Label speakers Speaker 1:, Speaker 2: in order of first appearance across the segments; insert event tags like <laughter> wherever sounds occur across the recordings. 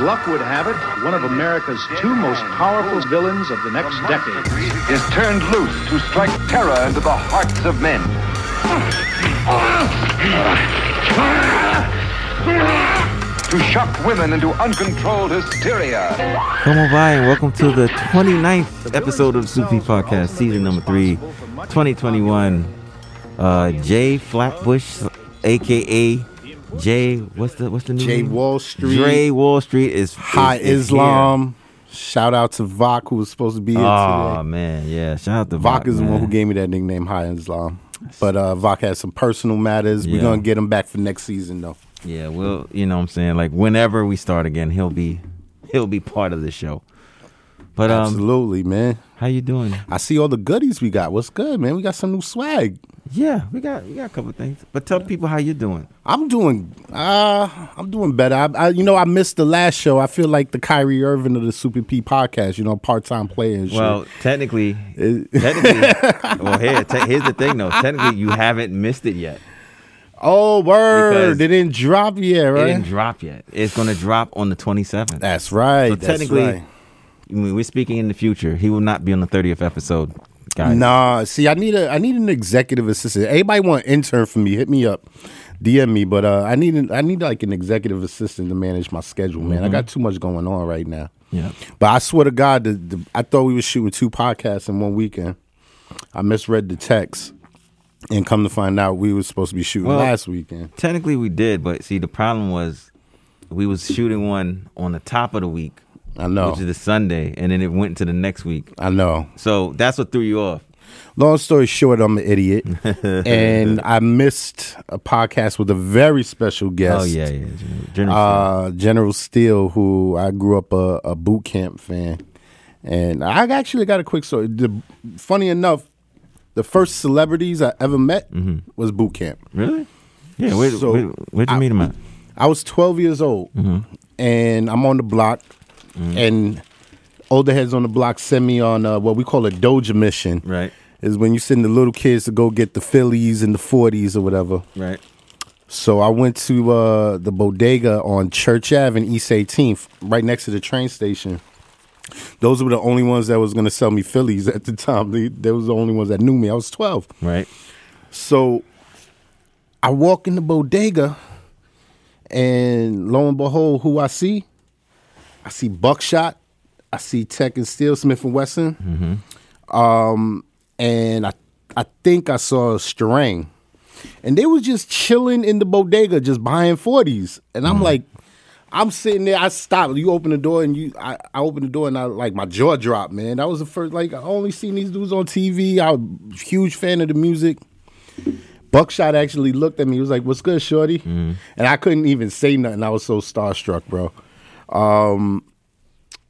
Speaker 1: luck would have it, one of America's two most powerful villains of the next decade.
Speaker 2: is turned loose to strike terror into the hearts of men. To shock women into uncontrolled hysteria.
Speaker 3: Come on by and welcome to the 29th episode of the Sufi Podcast, season number three, 2021. Uh, Jay Flatbush, aka Jay, what's the what's the new
Speaker 4: Jay
Speaker 3: name?
Speaker 4: Wall Street,
Speaker 3: Dre Mm-hmm. Wall Street is
Speaker 4: High
Speaker 3: is- is
Speaker 4: Islam. Shout out to Vok, who was supposed to be here
Speaker 3: Here. Oh
Speaker 4: today.
Speaker 3: man, yeah. Shout out to
Speaker 4: Vok
Speaker 3: Vok
Speaker 4: is the one
Speaker 3: man.
Speaker 4: who gave me that nickname, High Islam. But uh, Vok has some personal matters.
Speaker 3: Yeah.
Speaker 4: We're gonna get him back for next season, though.
Speaker 3: Yeah, well, you know what I'm saying? Like whenever we start again, he'll be he'll be part of the show. But um
Speaker 4: Absolutely, man.
Speaker 3: how you doing?
Speaker 4: I see all the goodies we got. What's good, man? We got some new swag.
Speaker 3: Yeah, we got we got a couple things. But tell people how you doing.
Speaker 4: I'm doing, uh, I'm doing better. I, I, you know, I missed the last show. I feel like the Kyrie Irving of the Super P podcast. You know, part time player. And shit.
Speaker 3: Well,
Speaker 4: <laughs>
Speaker 3: technically, technically, well, here, te- here's the thing though. Technically, you haven't missed it yet.
Speaker 4: oh
Speaker 3: because
Speaker 4: word! It didn't drop yet,
Speaker 3: It
Speaker 4: right?
Speaker 3: didn't drop yet. It's going to drop on the 27th.
Speaker 4: That's right.
Speaker 3: so
Speaker 4: that's
Speaker 3: technically,
Speaker 4: right.
Speaker 3: I mean, we're speaking in the future. He will not be on the 30th episode, guys.
Speaker 4: Nah, see, I need a I need an executive assistant. Anybody want an intern for me? Hit me up, DM me. But uh, I need an, I need like an executive assistant to manage my schedule, man.
Speaker 3: Mm-hmm.
Speaker 4: I got too much going on right now.
Speaker 3: Yeah.
Speaker 4: But I swear to God, the, the, I thought we were shooting two podcasts in one weekend. I misread the text, and come to find out, we were supposed to be shooting
Speaker 3: Well-
Speaker 4: last weekend.
Speaker 3: Technically, we did, but see, the problem was we was shooting one on the top of the week,
Speaker 4: I know,
Speaker 3: which is the Sunday, and then it went to the next week.
Speaker 4: I know.
Speaker 3: So that's what threw you off.
Speaker 4: Long story short, I'm an
Speaker 3: <laughs>
Speaker 4: idiot, and I missed a podcast with a very special guest.
Speaker 3: Oh yeah, yeah. General
Speaker 4: uh, General Steele, who I grew up a, a boot camp fan, and I actually got a quick story. The, funny enough, the first celebrities I ever met was boot camp.
Speaker 3: really? Yeah. Where,
Speaker 4: so
Speaker 3: where, where'd you
Speaker 4: I-
Speaker 3: meet him at?
Speaker 4: I was 12 years old, and I'm on the block, and older heads on the block send me on uh, what we call a doja mission.
Speaker 3: Right.
Speaker 4: Is when you send the little kids to go get the Phillies in the 40s or whatever.
Speaker 3: Right.
Speaker 4: So I went to uh, the bodega on Church Ave and East 18th, right next to the train station. Those were the only ones that was gonna sell me Phillies at the time. They, they was the only ones that knew me. I was 12.
Speaker 3: Right.
Speaker 4: So I walk in the bodega, and lo and behold, who I see? I see Buckshot, I see Tech and Steel, Smith and Wesson, um, and I I think I saw Strang, and they was just chilling in the bodega, just buying forties, and I'm like. I'm sitting there. I stopped. You open the door, and you. I, I opened the door, and I like my jaw dropped, man. That was the first. Like I only seen these dudes on TV. I'm a huge fan of the music. Buckshot actually looked at me. He was like, "What's good, shorty?"
Speaker 3: Mm-hmm.
Speaker 4: And I couldn't even say nothing. I was so starstruck, bro. Um,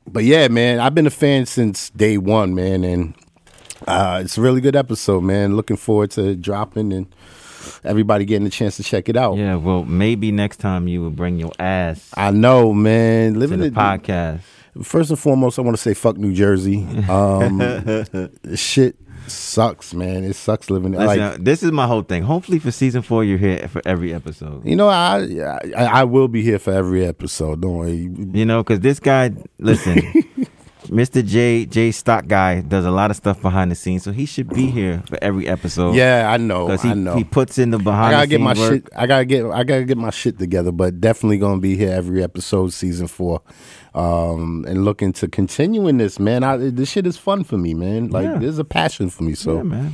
Speaker 4: but yeah, man, I've been a fan since day one, man, and uh, it's a really good episode, man. Looking forward to it dropping and everybody getting a chance to check it out.
Speaker 3: Yeah, well, maybe next time you will bring your ass
Speaker 4: I know, man.
Speaker 3: to
Speaker 4: Living
Speaker 3: the
Speaker 4: it,
Speaker 3: podcast.
Speaker 4: First and foremost, I want to say fuck New
Speaker 3: <laughs>
Speaker 4: Jersey. Um, shit sucks, man. It sucks living
Speaker 3: Listen,
Speaker 4: like
Speaker 3: uh, this is my whole thing. Hopefully, for season four, you're here for every episode.
Speaker 4: you know. I, I I will be here for every episode. Don't worry.
Speaker 3: You know, because this guy, listen,
Speaker 4: <laughs>
Speaker 3: Mr. J J Stock guy does a lot of stuff behind the scenes, so he should be here for every episode.
Speaker 4: Yeah, I know.
Speaker 3: because Oh. he,
Speaker 4: I know.
Speaker 3: he puts in the
Speaker 4: I
Speaker 3: behind.
Speaker 4: gotta
Speaker 3: the
Speaker 4: get my
Speaker 3: scenes work.
Speaker 4: shit. I gotta get. I gotta get my shit together. But definitely gonna be here every episode, season four, um, and looking to continuing this, man. I, this shit is fun for me, man. Like
Speaker 3: Yeah.
Speaker 4: there's a passion for me. So
Speaker 3: Yeah, man.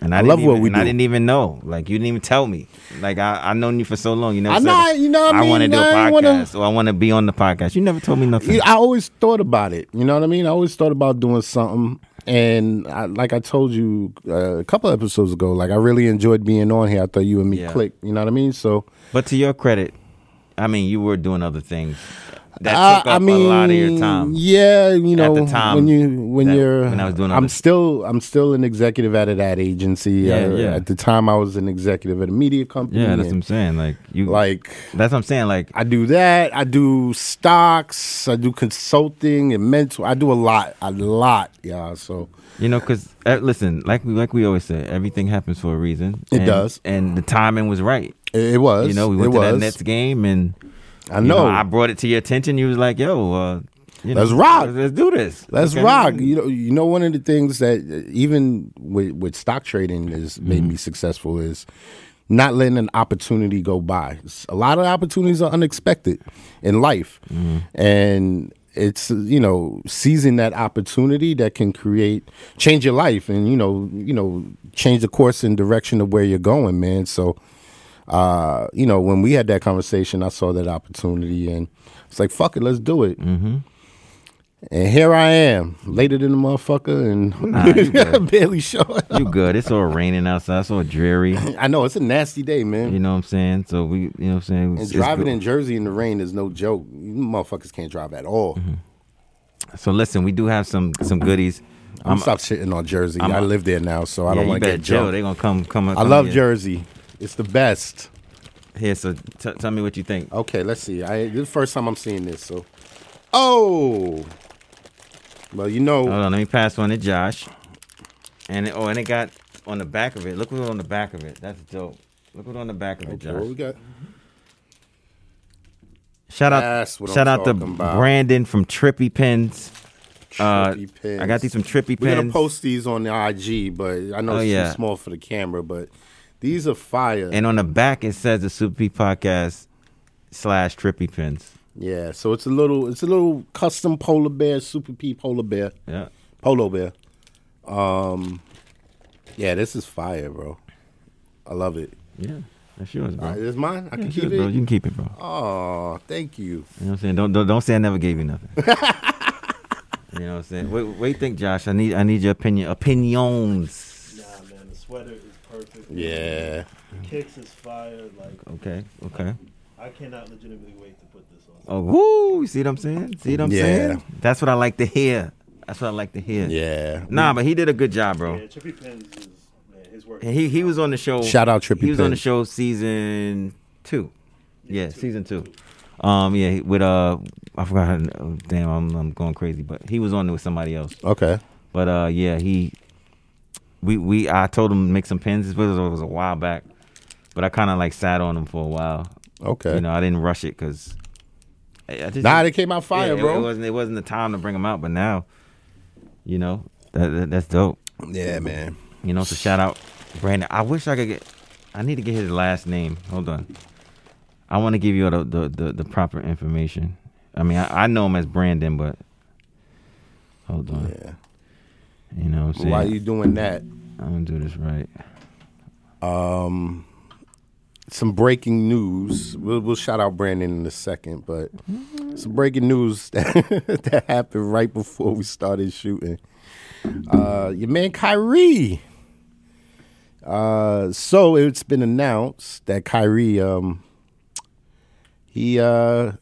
Speaker 3: And I,
Speaker 4: I
Speaker 3: didn't
Speaker 4: love
Speaker 3: even,
Speaker 4: what we
Speaker 3: and I
Speaker 4: do.
Speaker 3: didn't even know. Like you didn't even tell me. Like I I known you for so long. You never
Speaker 4: I
Speaker 3: said,
Speaker 4: know, you know what I mean?
Speaker 3: want to do a
Speaker 4: I
Speaker 3: podcast
Speaker 4: ain't wanna-
Speaker 3: or I want to be on the podcast. You never told me nothing.
Speaker 4: You- I always thought about it. You know what I mean? I always thought about doing something. And I, like I told you uh, a couple episodes ago, like I really enjoyed being on here. I thought you and me
Speaker 3: Yeah.
Speaker 4: clicked. You know what I mean? So
Speaker 3: But to your credit, I mean, you were doing other things that
Speaker 4: Uh,
Speaker 3: took up a lot of your time.
Speaker 4: Yeah, you know,
Speaker 3: the time
Speaker 4: when you when
Speaker 3: that-
Speaker 4: you're
Speaker 3: when I was doing
Speaker 4: I'm
Speaker 3: other-
Speaker 4: still I'm still an executive at an ad agency.
Speaker 3: Yeah, yeah.
Speaker 4: At the time, I was an executive at a media company.
Speaker 3: Yeah, that's what I'm
Speaker 4: and,
Speaker 3: saying. Like you,
Speaker 4: like
Speaker 3: that's what I'm saying. Like
Speaker 4: I do that. I do stocks. I do consulting and mental. I do a lot, a lot, yeah. So
Speaker 3: you know, because uh, listen, like we like we always say, everything happens for a reason.
Speaker 4: It
Speaker 3: And-
Speaker 4: does.
Speaker 3: and the timing was right.
Speaker 4: it, it was.
Speaker 3: You know, we
Speaker 4: it
Speaker 3: went to
Speaker 4: was.
Speaker 3: that Nets game and
Speaker 4: I
Speaker 3: You
Speaker 4: know.
Speaker 3: I brought it to your attention. You was like, "Yo, uh, you
Speaker 4: Let's
Speaker 3: know,
Speaker 4: rock.
Speaker 3: Let's, let's do this.
Speaker 4: Let's
Speaker 3: Okay.
Speaker 4: rock. You know, you know, one of the things that uh, even with, with stock trading has made me successful is not letting an opportunity go by. S- A lot of opportunities are unexpected in life, and it's uh, you know seizing that opportunity that can create change your life and you know you know change the course and direction of where you're going, man. So uh, you know, when we had that conversation, I saw that opportunity and it's like, fuck it, let's do it. Mm-hmm. And here I am, later than the motherfucker, and <laughs>
Speaker 3: you good.
Speaker 4: barely short.
Speaker 3: You good? It's all raining outside. It's all dreary.
Speaker 4: I know it's a nasty day, man.
Speaker 3: You know what I'm saying? So we, you know what I'm saying?
Speaker 4: and
Speaker 3: It's- it's
Speaker 4: driving
Speaker 3: good.
Speaker 4: in Jersey in the rain is no joke. You motherfuckers can't drive at all.
Speaker 3: Mm-hmm. So listen, we do have some some goodies.
Speaker 4: I'm, stop shitting on Jersey. i live there now, so I
Speaker 3: yeah,
Speaker 4: don't
Speaker 3: you
Speaker 4: want to
Speaker 3: better
Speaker 4: get
Speaker 3: chill.
Speaker 4: jumped.
Speaker 3: They're gonna come come.
Speaker 4: I love Jersey. It's the best.
Speaker 3: Here, so t- tell me what you think.
Speaker 4: Okay, let's see. I this is the first time I'm seeing this, so oh, well, you know,
Speaker 3: Hold on, let me pass one to Josh. And it, oh, and it got on the back of it. Look what on the back of it. That's dope. Look what on the back of it,
Speaker 4: okay, what we
Speaker 3: Josh.
Speaker 4: got?
Speaker 3: Shout out,
Speaker 4: That's what I'm
Speaker 3: shout out to
Speaker 4: talking about.
Speaker 3: Brandon from Trippy Pins. Uh,
Speaker 4: Trippy pins.
Speaker 3: I got these from Trippy
Speaker 4: We're gonna
Speaker 3: Pins.
Speaker 4: post these on the IG, but I know
Speaker 3: Oh,
Speaker 4: it's
Speaker 3: yeah.
Speaker 4: too small for the camera. But these are fire.
Speaker 3: and on the back it says the Super P Podcast slash Trippy Pins.
Speaker 4: yeah, so it's a little, it's a little custom polar bear, super P polar bear,
Speaker 3: Yeah.
Speaker 4: polo bear. Um, yeah, this is fire, bro. I love it.
Speaker 3: Yeah. That's yours, bro.
Speaker 4: All right, this mine. I
Speaker 3: Yeah,
Speaker 4: can
Speaker 3: it's
Speaker 4: keep
Speaker 3: yours, bro. You
Speaker 4: it.
Speaker 3: can keep it, bro.
Speaker 4: Oh, thank you.
Speaker 3: You know what I'm saying? Don't don't, don't say I never gave you
Speaker 4: <laughs>
Speaker 3: nothing. you know what I'm saying? Wait, wait, think, Josh. I need I need your opinion. Opinions.
Speaker 5: Nah, man, the sweater is perfect.
Speaker 4: Yeah,
Speaker 5: Kicks is fire. Like,
Speaker 3: Okay. Okay.
Speaker 5: I cannot legitimately wait to put this on.
Speaker 3: Oh, woo! You see what I'm saying? See what I'm
Speaker 4: Yeah.
Speaker 3: saying? That's what I like to hear. That's what I like to hear.
Speaker 4: yeah.
Speaker 3: Nah, but he did a good job, bro.
Speaker 5: Yeah, Chippy Pins is, man, his work.
Speaker 3: And he he was on the show.
Speaker 4: Shout out Trippie
Speaker 3: He was on the
Speaker 4: Pins.
Speaker 3: show season two. Yeah, season two. Um, yeah, he- with uh, I forgot. Her, oh, damn, I'm I'm going crazy, but he was on with somebody else.
Speaker 4: Okay.
Speaker 3: But uh, yeah, he we we I told him to make some pins. This was, it was a while back, but I kind of like sat on him for a while.
Speaker 4: Okay.
Speaker 3: You know, I didn't rush it because I, I just
Speaker 4: nah, they came out fire,
Speaker 3: yeah, it- It,
Speaker 4: bro.
Speaker 3: wasn't it wasn't the time to bring them out, but now, you know, that, that- that's dope.
Speaker 4: yeah, man.
Speaker 3: You know, so shout out Brandon. I wish I could get. I need to get his last name. Hold on. I want to give you the the, the the proper information. I mean, I, I know him as Brandon, but hold on.
Speaker 4: Yeah.
Speaker 3: You know what I'm saying?
Speaker 4: Why you doing that?
Speaker 3: I'm gonna do this right.
Speaker 4: some breaking news. We'll, we'll shout out Brandon in a second, but some breaking news <laughs> that, that happened right before we started shooting. Uh, your man Kyrie. Uh, so it's been announced that Kyrie, um, he uh,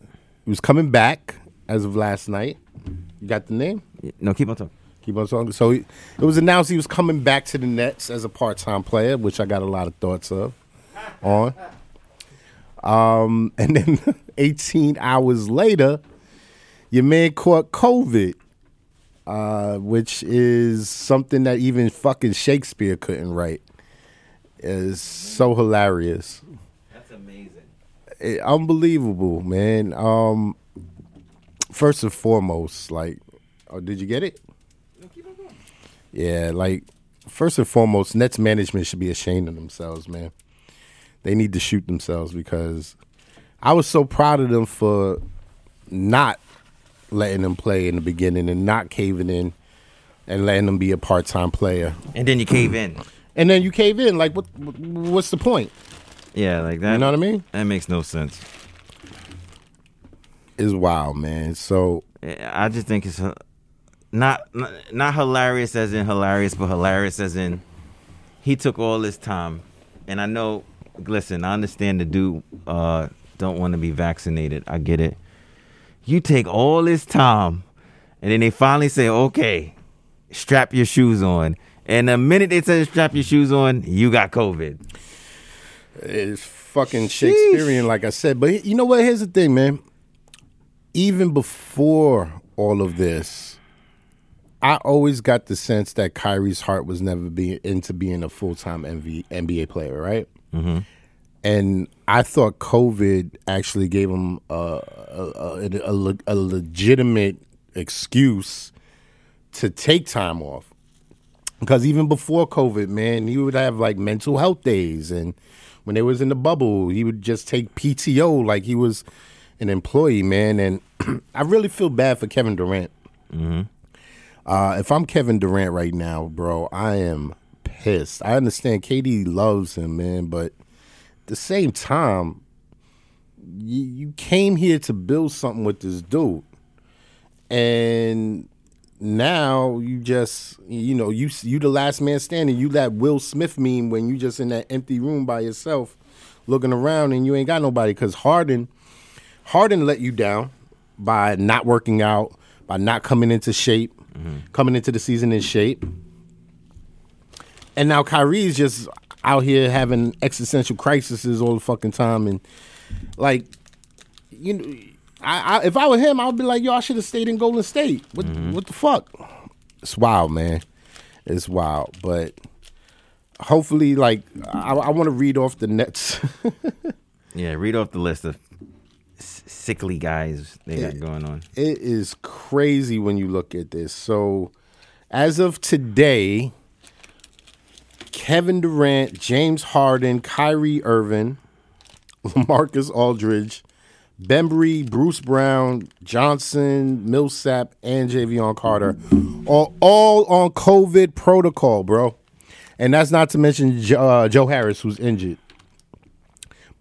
Speaker 4: he was coming back as of last night. You got the name?
Speaker 3: Yeah, No, keep on talking.
Speaker 4: Keep on talking. So he- it was announced he was coming back to the Nets as a part-time player, which I got a lot of thoughts of on. Um, <laughs> and then 18 hours later, your man caught COVID, uh, which is something that even fucking Shakespeare couldn't write. It's so hilarious
Speaker 3: That's amazing.
Speaker 4: it- unbelievable, man. Um, first and foremost, like, oh, did you get it? Yeah, like, first and foremost, Nets management should be ashamed of themselves, man. They need to shoot themselves because I was so proud of them for not letting them play in the beginning and not caving in and letting them be a part time player.
Speaker 3: And then you cave in.
Speaker 4: And then you cave in. Like, what? What's the point?
Speaker 3: Yeah, like that.
Speaker 4: You know what I mean?
Speaker 3: That makes no sense.
Speaker 4: It's wild, man. So
Speaker 3: I just think it's uh, not not not hilarious as in hilarious, but hilarious as in he took all this time. And I know, listen, I understand the dude uh, don't want to be vaccinated. I get it. You take all this time, and then they finally say, "Okay, strap your shoes on." And the minute they say strap your shoes on, you got COVID.
Speaker 4: It's fucking Shakespearean, like I said. But you know what? Here's the thing, man. Even before all of this, I always got the sense that Kyrie's heart was never be into being a full time NBA player, right? and I thought COVID actually gave him a a, a, a, le- a legitimate excuse to take time off. Because even before COVID, man, he would have like mental health days, and when they was in the bubble, he would just take PTO like he was an employee, man. And <clears throat> I really feel bad for Kevin Durant. Uh, if I'm Kevin Durant right now, bro, I am pissed. I understand KD loves him, man, but at the same time, you, you came here to build something with this dude, and now you just you know you you the last man standing. You that Will Smith meme when you just in that empty room by yourself, looking around and you ain't got nobody because Harden. Harden let you down by not working out, by not coming into shape, coming into the season in shape. And now Kyrie's just out here having existential crises all the fucking time, and like, you know, I, I if I were him, I'd be like, yo, I should have stayed in Golden State. What what the fuck? It's wild, man. It's wild, but hopefully, like, I, I want to read off the Nets. <laughs>
Speaker 3: Yeah, read off the list of s- sickly guys they got going on.
Speaker 4: it is crazy when you look at this. So, as of today, Kevin Durant, James Harden, Kyrie Irvin, <laughs> Lamarcus Aldridge, Bembry, Bruce Brown, Johnson, Millsap, and Javion Carter are all on COVID protocol, bro. And that's not to mention Jo- uh, Joe Harris, who's injured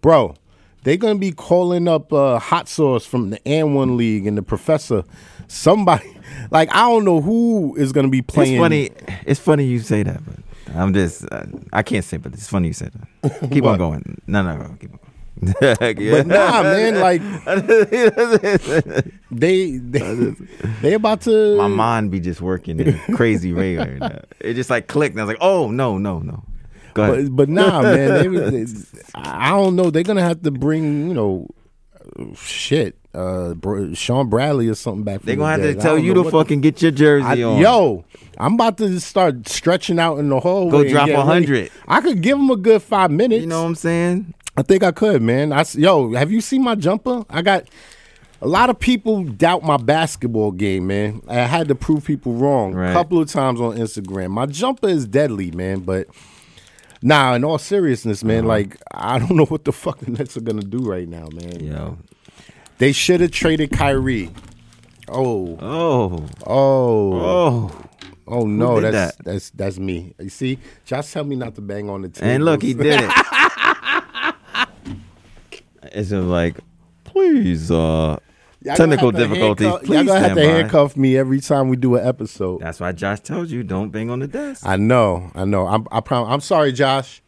Speaker 4: bro they're gonna be calling up uh, hot sauce from the and one league and the professor somebody <laughs> like i don't know who is gonna be playing
Speaker 3: It's funny. It's funny you say that, but I'm just I, I can't say, but it's funny you said
Speaker 4: <laughs>
Speaker 3: that. Keep on
Speaker 4: What?
Speaker 3: going. No, no, no. Keep on. yeah.
Speaker 4: <laughs>
Speaker 3: <laughs>
Speaker 4: but nah man like they they <laughs> they about to
Speaker 3: <laughs> My mind be just working in a crazy way right now. It just like clicked, and I was like, oh no, no, no. Go ahead.
Speaker 4: but, but nah man they, they, i don't know they're gonna have to bring you know shit uh Br- sean bradley or something back from
Speaker 3: They're gonna
Speaker 4: the
Speaker 3: have to
Speaker 4: dead. I
Speaker 3: tell
Speaker 4: don't
Speaker 3: you to
Speaker 4: know what the-
Speaker 3: fucking get your jersey
Speaker 4: I-
Speaker 3: on.
Speaker 4: yo, I'm about to start stretching out in the hallway. and
Speaker 3: drop
Speaker 4: get ready.
Speaker 3: 100.
Speaker 4: I could give him a good five minutes.
Speaker 3: you know what I'm saying?
Speaker 4: I think I could, man. I s- yo, have you seen my jumper? I got a lot of people doubt my basketball game, man. I had to prove people wrong
Speaker 3: Right.
Speaker 4: a couple of times on Instagram. My jumper is deadly, man. But nah, in all seriousness, man,
Speaker 3: Uh-huh.
Speaker 4: like I don't <laughs> know what the fuck the Nets are gonna do right now, man.
Speaker 3: Yo.
Speaker 4: They should have traded Kyrie. Oh,
Speaker 3: Oh,
Speaker 4: oh, oh,
Speaker 3: oh.
Speaker 4: no,
Speaker 3: did
Speaker 4: that's
Speaker 3: that?
Speaker 4: that's that's me. You see, Josh tell me not to bang on the table.
Speaker 3: And look, he
Speaker 4: <laughs>
Speaker 3: did it. <laughs> it's just like, please, uh,
Speaker 4: Y'all gonna
Speaker 3: technical
Speaker 4: have to
Speaker 3: difficulties.
Speaker 4: handcuff-
Speaker 3: please
Speaker 4: y'all gonna have
Speaker 3: stand
Speaker 4: to
Speaker 3: by.
Speaker 4: handcuff me every time we do an episode.
Speaker 3: That's why Josh tells you don't bang on the desk.
Speaker 4: I know, I know. I'm, I prom- I'm sorry, Josh.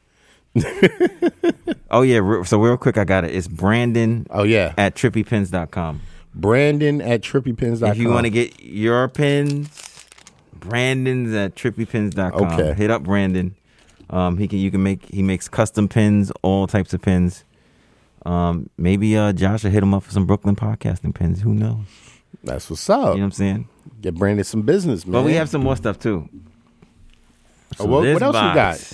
Speaker 3: oh yeah, re- so real quick, I got it. It's Brandon
Speaker 4: Oh yeah,
Speaker 3: at trippypins.com.
Speaker 4: Brandon at trippypins.com.
Speaker 3: If you want to get your pins, Brandon's at trippypins.com.
Speaker 4: Okay.
Speaker 3: Hit up Brandon. Um, he can you can make he makes custom pins, all types of pins. Um, maybe uh, Josh will hit him up for some Brooklyn podcasting pins. Who knows?
Speaker 4: that's what's up.
Speaker 3: You know what I'm saying?
Speaker 4: get Brandon some business, man.
Speaker 3: But we have some more stuff too.
Speaker 4: Oh, what-
Speaker 3: this
Speaker 4: what else you got?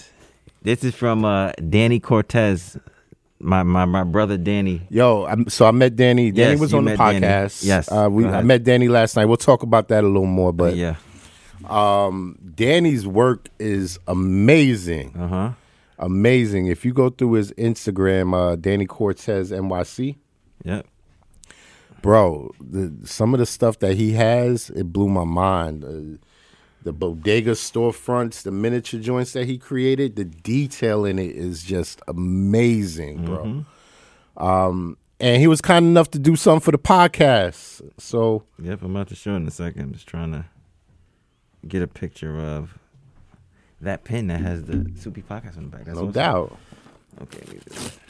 Speaker 3: This is from uh, Danny Cortez, my, my my brother Danny.
Speaker 4: Yo, I'm, so I met Danny. Danny
Speaker 3: Yes,
Speaker 4: was
Speaker 3: you
Speaker 4: on the
Speaker 3: met Danny.
Speaker 4: podcast.
Speaker 3: Yes,
Speaker 4: uh, we,
Speaker 3: go
Speaker 4: I
Speaker 3: ahead.
Speaker 4: met Danny last night. We'll talk about that a little more, but
Speaker 3: yeah.
Speaker 4: Danny's work is amazing,
Speaker 3: Uh huh.
Speaker 4: amazing. If you go through his Instagram, uh, Danny Cortez NYC,
Speaker 3: Yep.
Speaker 4: bro the some of the stuff that he has it blew my mind uh, the bodega storefronts the miniature joints that he created the detail in it is just amazing bro um
Speaker 3: Mm-hmm.
Speaker 4: and he was kind enough to do something for the podcast so
Speaker 3: Yep. I'm about to show in a second. I'm just trying to get a picture of that pin that has the Soupy podcast on the back. That's
Speaker 4: no
Speaker 3: what's up.
Speaker 4: doubt
Speaker 3: Okay. let me do that.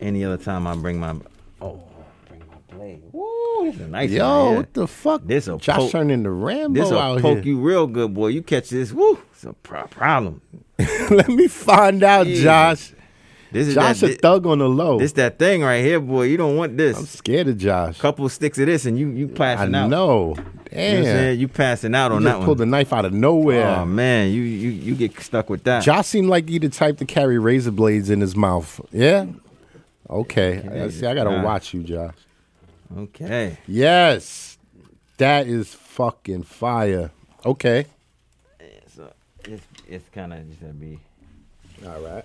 Speaker 3: Any other time I bring my oh bring my blade. Woo, this is a nice
Speaker 4: yo
Speaker 3: one, yeah.
Speaker 4: what the fuck
Speaker 3: This'll
Speaker 4: josh
Speaker 3: poke-
Speaker 4: turning to rambo
Speaker 3: This will
Speaker 4: out
Speaker 3: poke
Speaker 4: here
Speaker 3: you real good, boy. You catch this, woo, it's a pro- problem.
Speaker 4: <laughs> let me find out
Speaker 3: Yeah.
Speaker 4: josh
Speaker 3: This is
Speaker 4: josh
Speaker 3: that,
Speaker 4: a
Speaker 3: thi-
Speaker 4: thug on the low
Speaker 3: this that thing right here, boy. You don't want this.
Speaker 4: i'm scared of josh
Speaker 3: Couple sticks of this, and you you
Speaker 4: i
Speaker 3: plashing out.
Speaker 4: know
Speaker 3: You, know
Speaker 4: Damn.
Speaker 3: what I'm saying? you passing out on
Speaker 4: You
Speaker 3: that
Speaker 4: just pulled the
Speaker 3: one.
Speaker 4: knife out of nowhere.
Speaker 3: Oh man, you you you get stuck with that.
Speaker 4: Josh seemed like he the type to carry razor blades in his mouth. Yeah. Okay. I, see, I gotta
Speaker 3: Nah.
Speaker 4: watch you, Josh.
Speaker 3: Okay.
Speaker 4: Yes. That is fucking fire. Okay.
Speaker 3: So it's it's kind of just gonna be
Speaker 4: All right.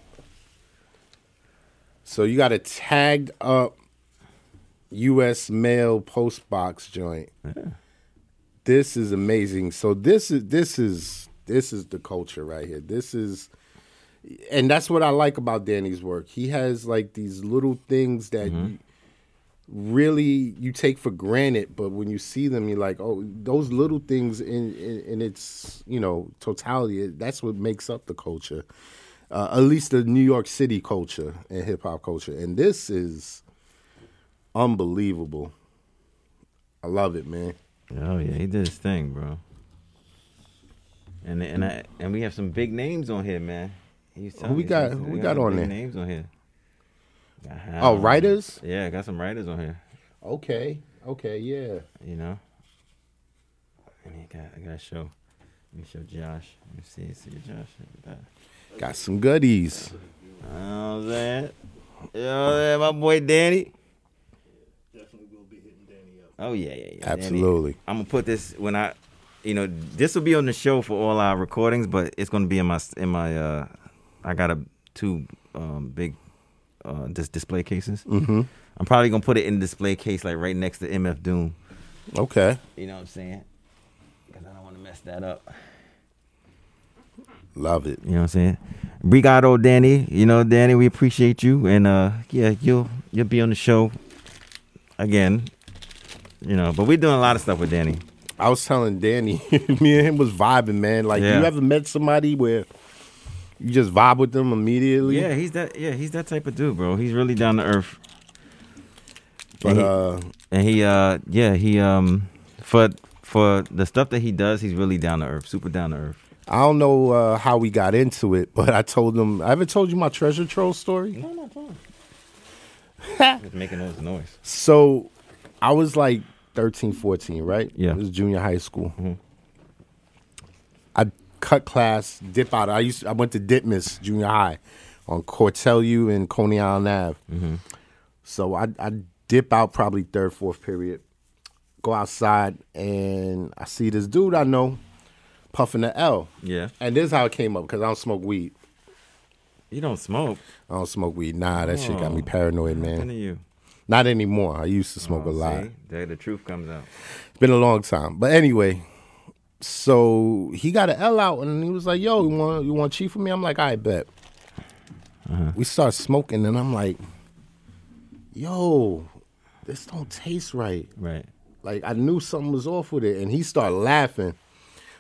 Speaker 4: So you got a tagged up U.S. mail post box joint. This is amazing. So this is this is this is the culture right here. This is, and that's what I like about Danny's work. He has like these little things that you, really you take for granted, but when you see them, you're like, oh, those little things in in, in its you know totality. That's what makes up the culture uh, at least the New York City culture and hip hop culture. And this is unbelievable. I love it, man.
Speaker 3: Oh yeah, he did his thing, bro. And and I and we have some big names on here, man. He's telling
Speaker 4: we
Speaker 3: me
Speaker 4: got-
Speaker 3: some-
Speaker 4: who we
Speaker 3: got
Speaker 4: got
Speaker 3: some
Speaker 4: on
Speaker 3: big
Speaker 4: there?
Speaker 3: Names on here. Got
Speaker 4: Oh,
Speaker 3: Howard.
Speaker 4: writers?
Speaker 3: Yeah, got some writers on here.
Speaker 4: Okay, okay, yeah.
Speaker 3: You know. And he got I gotta show. Let me show Josh. Let me see, see Josh. Look at
Speaker 4: Got some goodies.
Speaker 3: that. You know what I'm saying? You know what I'm saying? My boy Danny.
Speaker 5: Definitely will be hitting Danny up.
Speaker 3: Oh yeah, yeah, yeah.
Speaker 4: Absolutely.
Speaker 3: I'm gonna put this when I, you know, this will be on the show for all our recordings, but it's gonna be in my in my. uh I got a two um big uh dis- display cases. Mm-hmm. I'm probably gonna put it in the display case like right next to MF Doom.
Speaker 4: Okay,
Speaker 3: You know what I'm saying? Because I don't want to mess that up.
Speaker 4: love it.
Speaker 3: You know what I'm saying? Brigado Danny, you know Danny, we appreciate you, and uh yeah, you'll you'll be on the show again. You know, but we're doing a lot of stuff with Danny.
Speaker 4: I was telling Danny, <laughs> me and him was vibing, man. Like
Speaker 3: Yeah.
Speaker 4: you ever met somebody where you just vibe with them immediately?
Speaker 3: Yeah, he's that. Yeah, he's that type of dude, bro. He's really down to earth.
Speaker 4: But
Speaker 3: and he,
Speaker 4: uh,
Speaker 3: and he, uh, yeah, he, um, for for the stuff that he does, he's really down to earth, super down to earth.
Speaker 4: I don't know uh, how we got into it, but I told him. I haven't told you my treasure troll story.
Speaker 3: He's making all this noise.
Speaker 4: So I was like 13, 14, right?
Speaker 3: Yeah. Mm-hmm.
Speaker 4: It was junior high school. I cut class, dip out. I used I went to Ditmas Junior High on Cortellu and Coney Island Ave.
Speaker 3: Mm-hmm.
Speaker 4: So I I dip out probably third, fourth period. Go outside and I see this dude I know puffing the L.
Speaker 3: Yeah,
Speaker 4: And this is how it came up because I don't smoke weed.
Speaker 3: you don't smoke.
Speaker 4: I don't smoke weed. Nah, that shit got me
Speaker 3: Oh.
Speaker 4: paranoid,
Speaker 3: None
Speaker 4: man.
Speaker 3: of you.
Speaker 4: Not anymore. I used to smoke a
Speaker 3: Oh,
Speaker 4: lot.
Speaker 3: see? There the truth comes out.
Speaker 4: It's been a long time. But anyway, so he got an L out and he was like, yo, you want you want chief for me? I'm like, I bet. We start smoking and I'm like, yo, this don't taste right.
Speaker 3: Right. <laughs>
Speaker 4: Like I knew something was off with it. And he started laughing.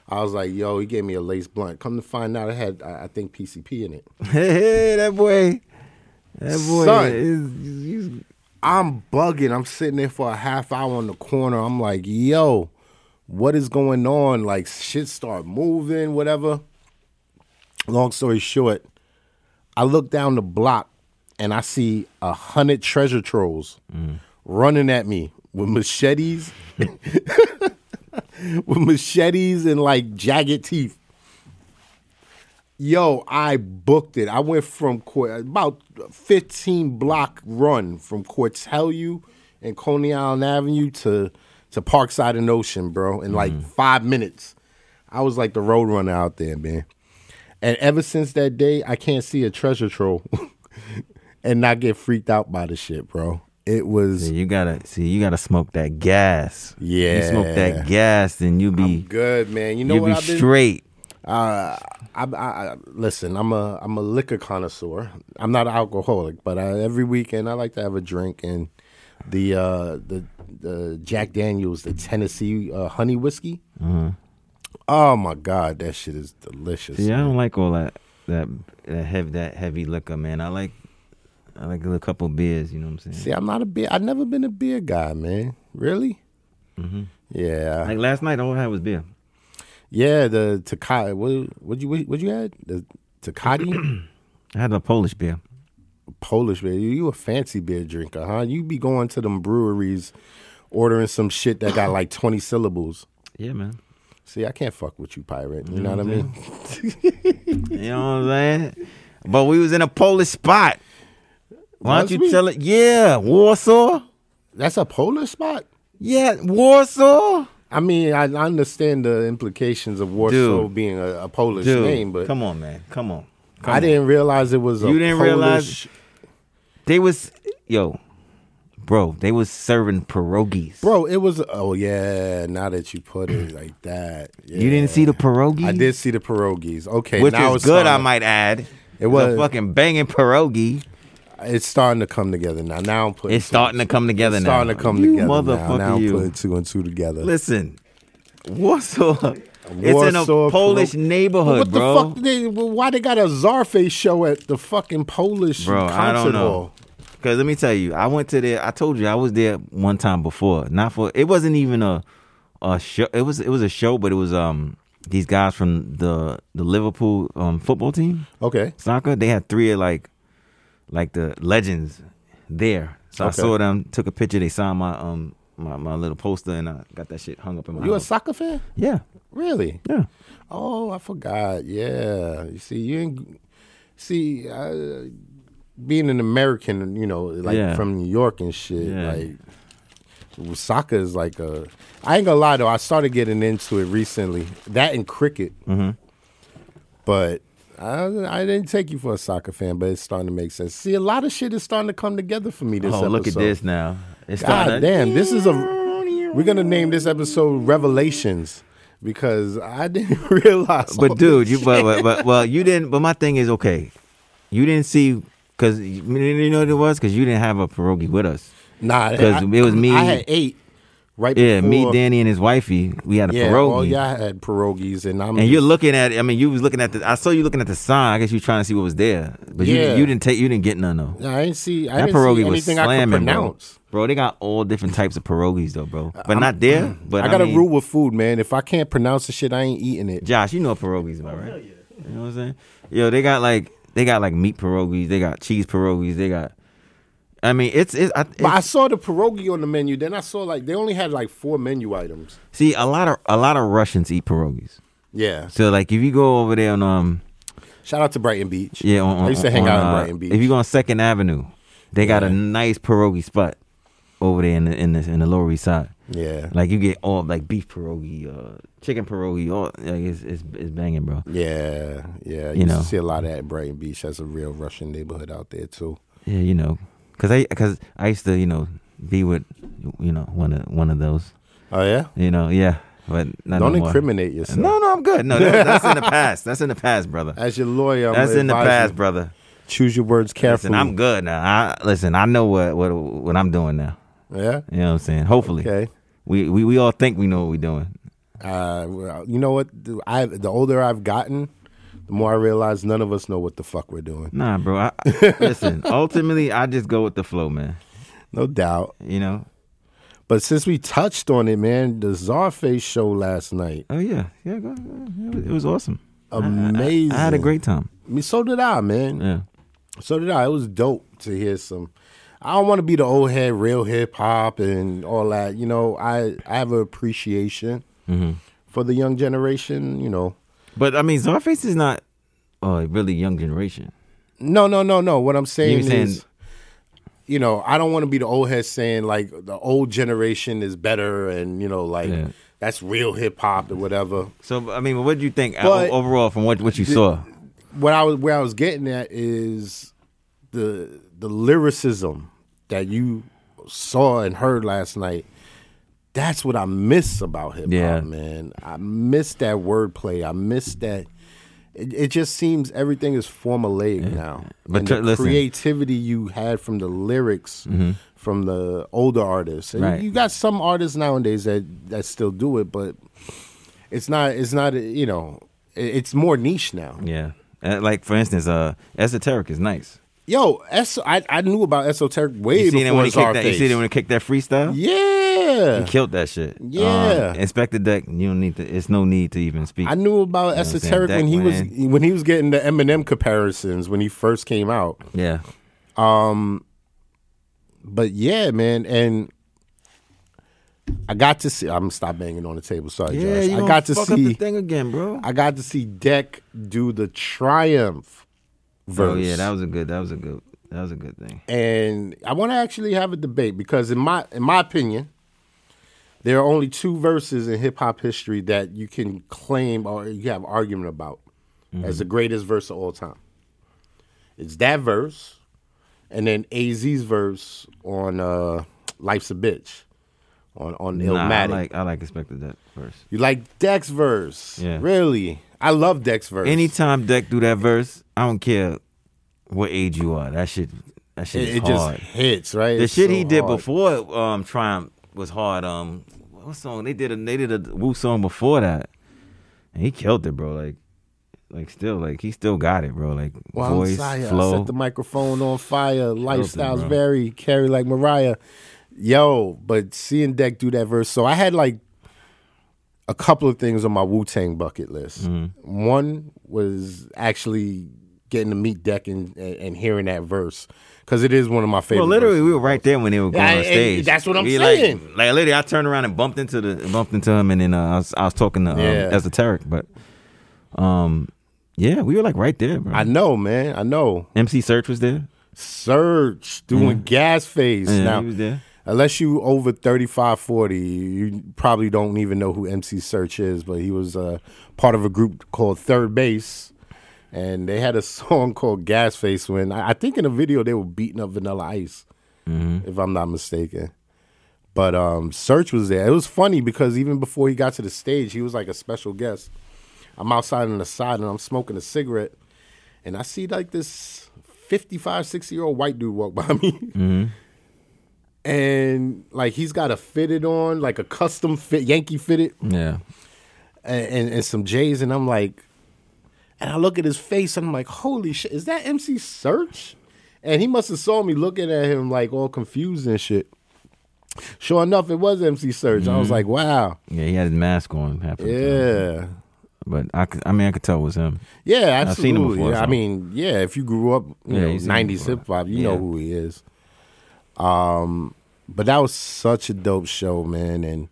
Speaker 4: I was like, yo, he gave me a lace blunt. Come to find out it had I, I think PCP in it.
Speaker 3: Hey, hey, that boy. That boy.
Speaker 4: Son.
Speaker 3: is- is- he's-
Speaker 4: I'm bugging. I'm sitting there for a half hour in the corner. I'm like, yo, what is going on? Like, shit start moving, whatever. Long story short, I look down the block and I see a hundred treasure trolls running at me with machetes, <laughs> with machetes and like jagged teeth. Yo, I booked it. I went from Cor- about 15 block run from Cortellu and Coney Island Avenue to to Parkside and Ocean, bro, in like
Speaker 3: Mm-hmm.
Speaker 4: five minutes. I was like the road runner out there, man. And ever since that day, I can't see a treasure troll <laughs> and not get freaked out by the shit, bro. It was
Speaker 3: Yeah, you gotta see. You gotta smoke that gas. You smoke
Speaker 4: Yeah.
Speaker 3: that gas, then you be
Speaker 4: good, man. You know
Speaker 3: you
Speaker 4: what
Speaker 3: be
Speaker 4: I've been
Speaker 3: straight.
Speaker 4: I, I, I listen. I'm a I'm a liquor connoisseur. I'm not an alcoholic, but I, every weekend I like to have a drink. And the uh, the the Jack Daniel's, the Tennessee uh, honey whiskey.
Speaker 3: Mm-hmm.
Speaker 4: Oh my god, that shit is delicious.
Speaker 3: Yeah, I don't like all that that that heavy that heavy liquor, man. I like I like a little couple beers. You know what I'm saying?
Speaker 4: See, I'm not a beer. I've never been a beer guy, man. Really? Mm-hmm. Yeah,
Speaker 3: like last night, all I had was beer.
Speaker 4: yeah. The Takati. What what you what you had? The Takati.
Speaker 3: I had a Polish beer.
Speaker 4: Polish beer. You, you a fancy beer drinker, huh? You be going to them breweries, ordering some shit that got like twenty syllables.
Speaker 3: Yeah, man.
Speaker 4: See, I can't fuck with you, pirate. You know what I mean?
Speaker 3: Mm-hmm. You know what I'm <laughs> saying? But we was in a Polish spot. Why
Speaker 4: Was
Speaker 3: don't you
Speaker 4: we?
Speaker 3: tell it? Yeah, Warsaw.
Speaker 4: That's a polar spot.
Speaker 3: Yeah, Warsaw.
Speaker 4: I mean, I I understand the implications of Warsaw
Speaker 3: Dude.
Speaker 4: being a, a Polish
Speaker 3: Dude,
Speaker 4: name, but
Speaker 3: come on, man. Come on. Come
Speaker 4: I
Speaker 3: on.
Speaker 4: didn't realize it was. A
Speaker 3: You didn't
Speaker 4: Polish-
Speaker 3: realize- They was yo, bro. They was serving pierogies.
Speaker 4: bro. It was. Oh yeah, now that you put it like that,
Speaker 3: you didn't see the pierogies.
Speaker 4: I did see the pierogies. Okay,
Speaker 3: which
Speaker 4: now
Speaker 3: was
Speaker 4: it's
Speaker 3: good. I
Speaker 4: starting-
Speaker 3: might add. It
Speaker 4: was.
Speaker 3: a fucking banging pierogi.
Speaker 4: It's starting to come together now. Now I'm putting.
Speaker 3: It's starting to come together
Speaker 4: It's
Speaker 3: now.
Speaker 4: starting to come
Speaker 3: You
Speaker 4: together.
Speaker 3: motherfucker,
Speaker 4: now. now I'm
Speaker 3: you.
Speaker 4: putting two and two together.
Speaker 3: Listen, Warsaw. It's in a
Speaker 4: Warsaw,
Speaker 3: Polish
Speaker 4: Pro-
Speaker 3: neighborhood,
Speaker 4: what
Speaker 3: bro.
Speaker 4: the fuck? They, why they got a Zarface show at the fucking Polish
Speaker 3: Bro,
Speaker 4: concert
Speaker 3: I don't know.
Speaker 4: hall?
Speaker 3: Cause let me tell you, I went to there. I told you I was there one time before. Not for it wasn't even a a show. It was it was a show, but it was um these guys from the the Liverpool um football team
Speaker 4: Okay,
Speaker 3: soccer. They had three of like like the legends there. So I
Speaker 4: Okay.
Speaker 3: saw them, took a picture. They signed my um my, my little poster, and I got that shit hung up in my
Speaker 4: you a
Speaker 3: house.
Speaker 4: soccer fan?
Speaker 3: yeah
Speaker 4: Really?
Speaker 3: yeah.
Speaker 4: Oh, I forgot. Yeah. You see, you ain't see uh, being an American. You know, like
Speaker 3: Yeah.
Speaker 4: from New York and shit.
Speaker 3: Yeah.
Speaker 4: Like soccer is like a. I ain't gonna lie though. I started getting into it recently. That and cricket. Mm-hmm. But. I, I didn't take you for a soccer fan, but it's starting to make sense. See, a lot of shit is starting to come together for me this
Speaker 3: Oh,
Speaker 4: episode.
Speaker 3: look at this now. It's
Speaker 4: God
Speaker 3: starting to-
Speaker 4: damn, this is a. We're gonna name this episode Revelations because I <laughs> didn't realize.
Speaker 3: <laughs>
Speaker 4: all
Speaker 3: but dude,
Speaker 4: this
Speaker 3: you
Speaker 4: shit.
Speaker 3: but, but but well, you didn't. But my thing is okay. You didn't see because you you know what it was because you didn't have a pierogi with us.
Speaker 4: nah,
Speaker 3: 'cause
Speaker 4: I-
Speaker 3: it was me-
Speaker 4: I had eight right.
Speaker 3: Yeah, me,
Speaker 4: before-
Speaker 3: Danny, and his wifey, we had a
Speaker 4: Yeah,
Speaker 3: pierogi.
Speaker 4: all y'all had pierogies, and I'm.
Speaker 3: And you're looking at. I mean, you was looking at the. I saw you looking at the sign. I guess you were trying to see what was there, but you
Speaker 4: Yeah.
Speaker 3: didn't- you didn't take. You didn't get none though.
Speaker 4: I didn't see. I
Speaker 3: that
Speaker 4: didn't
Speaker 3: pierogi
Speaker 4: see
Speaker 3: was
Speaker 4: anything I could
Speaker 3: slamming, bro.
Speaker 4: pronounce.
Speaker 3: Bro, they got all different types of pierogies though, bro. But not
Speaker 4: <clears throat>
Speaker 3: there. But
Speaker 4: I got
Speaker 3: mean,
Speaker 4: a rule with food, man. If I can't pronounce the shit, I ain't eating it.
Speaker 3: Josh, you know what pierogies about, right? You know what I'm saying? Yo, they got like they got like meat pierogies, they got cheese pierogies, they got. I mean, it's it's. I,
Speaker 4: But I
Speaker 3: it's-
Speaker 4: saw the pierogi on the menu. Then I saw like they only had like four menu items.
Speaker 3: see a lot of a lot of Russians eat pierogies.
Speaker 4: Yeah.
Speaker 3: So like if you go over there on um
Speaker 4: Shout out to Brighton Beach.
Speaker 3: yeah on, on
Speaker 4: I used to hang
Speaker 3: on,
Speaker 4: out in
Speaker 3: uh,
Speaker 4: Brighton Beach.
Speaker 3: If you go on Second Avenue, they got a nice pierogi spot over there in the in the in the Lower East Side.
Speaker 4: yeah.
Speaker 3: Like you get all like beef pierogi, uh, chicken pierogi, all like it's it's, it's banging, bro.
Speaker 4: Yeah, yeah. You,
Speaker 3: You know.
Speaker 4: know, see a lot of that in Brighton Beach. That's a real Russian neighborhood out there too.
Speaker 3: Yeah, you know, cause I cause I used to you know be with you know one of one of those.
Speaker 4: Oh yeah.
Speaker 3: You know, yeah, but not
Speaker 4: Don't
Speaker 3: no more.
Speaker 4: incriminate yourself.
Speaker 3: No, no, I'm good. No, that, that's
Speaker 4: <laughs>
Speaker 3: in the past. That's in the past, brother.
Speaker 4: As your lawyer, I'm
Speaker 3: That's in the
Speaker 4: advising
Speaker 3: past,
Speaker 4: you,
Speaker 3: brother.
Speaker 4: Choose your words
Speaker 3: Listen,
Speaker 4: carefully.
Speaker 3: I'm good now. I listen. I know what what what I'm doing now.
Speaker 4: Yeah.
Speaker 3: You know what I'm saying? Hopefully,
Speaker 4: Okay.
Speaker 3: we we, we all think we know what we're doing.
Speaker 4: Uh, well, you know what? The- I the older I've gotten, the more I realize none of us know what the fuck we're doing.
Speaker 3: Nah, bro.
Speaker 4: <laughs>
Speaker 3: I, listen. Ultimately, I just go with the flow, man.
Speaker 4: No doubt.
Speaker 3: You know.
Speaker 4: But since we touched on it, man, the Czarface show last night,
Speaker 3: Oh yeah, yeah. Go, go. It was- It was awesome.
Speaker 4: amazing.
Speaker 3: I had a great time.
Speaker 4: I mean, so did I, man.
Speaker 3: Yeah.
Speaker 4: So did I. It was dope to hear some. I don't want to be the old head, real hip hop and all that. You know, I I have an appreciation
Speaker 3: Mm-hmm.
Speaker 4: for the young generation. You know,
Speaker 3: But I mean, Zarface is not uh, really young generation.
Speaker 4: no, no, no, no. What I'm saying
Speaker 3: You saying-
Speaker 4: is, you know, I don't want to be the old head saying like the old generation is better and you know like
Speaker 3: Yeah.
Speaker 4: that's real hip hop or whatever.
Speaker 3: So I mean, what do you think uh,
Speaker 4: But-
Speaker 3: o- overall from what what you saw?
Speaker 4: what I was where I was getting at is the the lyricism that you saw and heard last night. That's what I miss about hip hop,
Speaker 3: Yeah.
Speaker 4: man. I miss that wordplay. I miss that. It, it just seems everything is formulaic now.
Speaker 3: But
Speaker 4: And
Speaker 3: tr-
Speaker 4: the
Speaker 3: listen. Mm-hmm.
Speaker 4: creativity you had from the lyrics from the older artists, and
Speaker 3: Right.
Speaker 4: you got some artists nowadays that that still do it, but it's not. It's not. You know, it, it's more niche now.
Speaker 3: Yeah, Uh, like for instance, uh, esoteric is nice.
Speaker 4: Yo, es- I, I knew about esoteric way
Speaker 3: You seen it
Speaker 4: before
Speaker 3: when he kicked that. You
Speaker 4: Scarface.
Speaker 3: seen it when he kicked that freestyle.
Speaker 4: Yeah,
Speaker 3: He killed that shit.
Speaker 4: Yeah.
Speaker 3: um, Inspector Deck. You don't need to. It's no need to even speak.
Speaker 4: I knew about
Speaker 3: I'm saying?
Speaker 4: esoteric when
Speaker 3: That
Speaker 4: he was
Speaker 3: went
Speaker 4: when he was getting the Eminem comparisons when he first came out.
Speaker 3: yeah,
Speaker 4: But yeah, man, and I got to see. I'm stop banging on the table. Sorry,
Speaker 3: Yeah,
Speaker 4: Josh.
Speaker 3: you
Speaker 4: I got to
Speaker 3: fuck up the
Speaker 4: see.
Speaker 3: thing again, bro.
Speaker 4: I got to see Deck do the triumph verse.
Speaker 3: Oh yeah, that was a good. That was a good. That was a good thing.
Speaker 4: and I want to actually have a debate because in my in my opinion, there are only two verses in hip hop history that you can claim or you have argument about
Speaker 3: Mm-hmm.
Speaker 4: as the greatest verse of all time. It's that verse, and then AZ's verse on uh, "Life's a Bitch" on on
Speaker 3: Nah, I
Speaker 4: Illmatic.
Speaker 3: like. I like expected that first.
Speaker 4: you like Dex verse?
Speaker 3: Yeah.
Speaker 4: Really, I love Dex verse.
Speaker 3: Anytime Deck do that verse, I don't care what age you are. That shit. That shit
Speaker 4: it,
Speaker 3: is
Speaker 4: it just
Speaker 3: hard.
Speaker 4: hits right.
Speaker 3: the
Speaker 4: It's
Speaker 3: shit
Speaker 4: so
Speaker 3: he did
Speaker 4: hard.
Speaker 3: before um Triumph was hard. Um, what song they did? A, they did a Wu song before that, and he killed it, bro. Like, like still, like he still got it, bro. Like
Speaker 4: Wild
Speaker 3: voice,
Speaker 4: Messiah,
Speaker 3: flow.
Speaker 4: Set the microphone on fire. Lifestyles
Speaker 3: bro.
Speaker 4: vary. Carry like Mariah. Yo, but seeing Deck do that verse. So I had like a couple of things on my Wu Tang bucket list.
Speaker 3: Mm-hmm.
Speaker 4: One was actually getting to meet Deck and, and, and hearing that verse because it is one of my favorite.
Speaker 3: Well, literally,
Speaker 4: verses.
Speaker 3: we were right there when they were going
Speaker 4: Yeah,
Speaker 3: on
Speaker 4: and- and
Speaker 3: stage.
Speaker 4: that's what I'm
Speaker 3: we
Speaker 4: saying.
Speaker 3: Like, like, literally, I turned around and bumped into the bumped into him, and then uh, I was I was talking to um,
Speaker 4: Yeah.
Speaker 3: esoteric, but um, yeah, we were like right there, bro.
Speaker 4: I know, man. I know.
Speaker 3: MC Search was there.
Speaker 4: Surge doing gas phase.
Speaker 3: Mm. Yeah,
Speaker 4: now,
Speaker 3: he was there.
Speaker 4: Unless you over 35, 40, you probably don't even know who MC Search is, but he was uh, part of a group called Third Base, and they had a <laughs> song called Gas Face when I, I think in the video they were beating up Vanilla Ice,
Speaker 3: Mm-hmm.
Speaker 4: if I'm not mistaken. But um, Search was there. It was funny because even before he got to the stage, he was like a special guest. I'm outside on the side and I'm smoking a cigarette, and I see like this 55, 60 year old white dude walk by <laughs> me and like he's got a fitted on, like a custom fit Yankee fitted,
Speaker 3: Yeah,
Speaker 4: and, and, and some J's, and I'm like, and I look at his face, and I'm like, holy shit, is that MC Search? And he must have saw me looking at him like all confused and shit. Sure enough, it was MC Search. I was like, wow,
Speaker 3: yeah, he had his mask on. half the time.
Speaker 4: yeah,
Speaker 3: but I, could, I mean, I could tell it was him.
Speaker 4: yeah,
Speaker 3: I've seen him
Speaker 4: absolutely.
Speaker 3: before,
Speaker 4: Yeah, I
Speaker 3: so.
Speaker 4: mean, yeah, if you grew up, you
Speaker 3: Yeah,
Speaker 4: know,
Speaker 3: he's seen him
Speaker 4: '90s
Speaker 3: before.
Speaker 4: hip hop, you
Speaker 3: Yeah.
Speaker 4: know who he is. Um, but that was such a dope show, man, and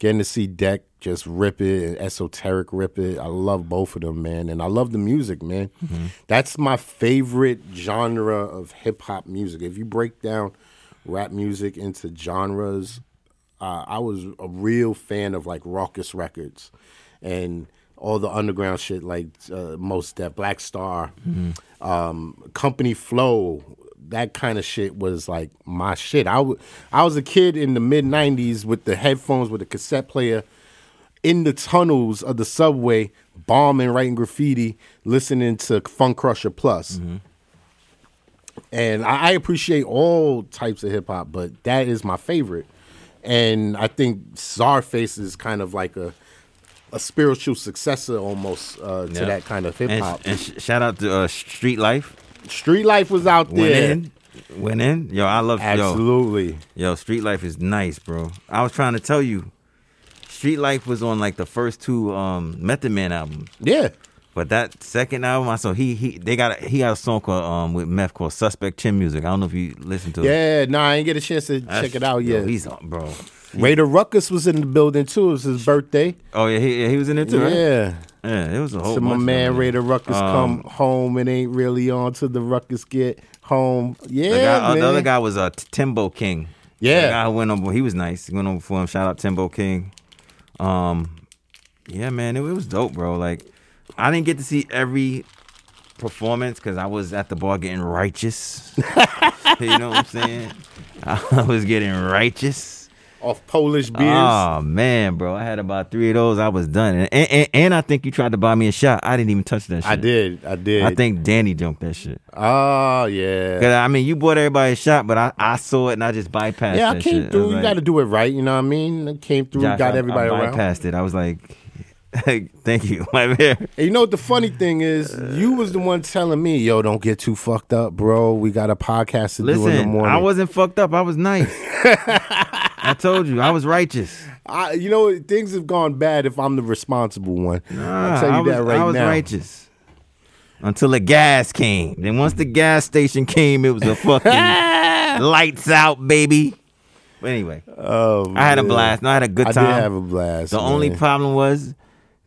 Speaker 4: getting to see Deck just rip it and Esoteric rip it. I love both of them, man, and I love the music, man.
Speaker 3: Mm-hmm.
Speaker 4: That's my favorite genre of hip hop music. If you break down rap music into genres, uh, I was a real fan of like Raucous Records and all the underground shit like uh, Most Def, Black Star, um, Company Flow. That kind of shit was like my shit. I wa- I was a kid in the mid '90s with the headphones, with a cassette player, in the tunnels of the subway, bombing, writing graffiti, listening to Funk Crusher Plus. And I, I appreciate all types of hip hop, but that is my favorite. And I think Czarface is kind of like a a spiritual successor almost uh, to
Speaker 3: Yeah.
Speaker 4: that kind of hip
Speaker 3: And,
Speaker 4: hop.
Speaker 3: and sh- shout out to uh, Street Life.
Speaker 4: Street life was out
Speaker 3: Went
Speaker 4: there.
Speaker 3: in, went in. Yo, I love yo.
Speaker 4: Absolutely.
Speaker 3: Yo, street life is nice, bro. I was trying to tell you, street life was on like the first two um Method Man albums,
Speaker 4: Yeah.
Speaker 3: but that second album, I saw he he they got a, he got a song called um with Meth called Suspect Chin Music. I don't know if you listen to it.
Speaker 4: Yeah. Nah, I ain't get a chance to
Speaker 3: That's-
Speaker 4: check it out
Speaker 3: yo,
Speaker 4: yet.
Speaker 3: he's on, bro.
Speaker 4: Raider Ruckus was in the building too. It was his birthday.
Speaker 3: Oh yeah, he, yeah, he was in it too, right?
Speaker 4: Yeah.
Speaker 3: Yeah, it was a whole.
Speaker 4: So my
Speaker 3: bunch of
Speaker 4: man
Speaker 3: them.
Speaker 4: Raider Ruckus
Speaker 3: Oh, Um,
Speaker 4: come home and ain't really on till the Ruckus get home. Yeah,
Speaker 3: The, guy, uh,
Speaker 4: man.
Speaker 3: the other guy was uh, T- Timbo King.
Speaker 4: Yeah.
Speaker 3: the guy who went on. He was nice. He went on before him. Shout out Timbo King. Um, yeah, man, it, it was dope, bro. Like, I didn't get to see every performance because I was at the bar getting righteous. <laughs> you know what I'm saying? I was getting righteous.
Speaker 4: off Polish beers.
Speaker 3: Oh man, bro, I had about three of those. I was done, and and, and, and I think you tried to buy me a shot. I didn't even touch that shit.
Speaker 4: I did, I did.
Speaker 3: I think Danny dumped that shit.
Speaker 4: Oh yeah,
Speaker 3: Cause I mean, you bought everybody a shot, but I, I saw it and I just bypassed.
Speaker 4: yeah. I
Speaker 3: that
Speaker 4: came
Speaker 3: shit. I
Speaker 4: through.
Speaker 3: was
Speaker 4: You
Speaker 3: like,
Speaker 4: got to do it right. You know what I mean? I came through,
Speaker 3: Josh,
Speaker 4: got
Speaker 3: I-
Speaker 4: everybody
Speaker 3: I
Speaker 4: around.
Speaker 3: bypassed it. I was like, <laughs> thank you, my man.
Speaker 4: And you know what the funny thing is? You was the one telling me, "Yo, don't get too fucked up, bro. We got a podcast to do in the
Speaker 3: Listen,
Speaker 4: morning."
Speaker 3: I wasn't fucked up. I was
Speaker 4: <laughs>
Speaker 3: nice. I told you, I was righteous.
Speaker 4: I- you know, things have gone bad if I'm the responsible one.
Speaker 3: Ah,
Speaker 4: I'll tell you
Speaker 3: I was,
Speaker 4: that right
Speaker 3: I was
Speaker 4: now.
Speaker 3: righteous. Until the gas came.
Speaker 4: <laughs>
Speaker 3: Then once the gas station came, it was a fucking lights out, baby. But anyway, I had a blast. No, I had a good
Speaker 4: Oh, I did
Speaker 3: time.
Speaker 4: have a blast.
Speaker 3: The only
Speaker 4: man.
Speaker 3: problem was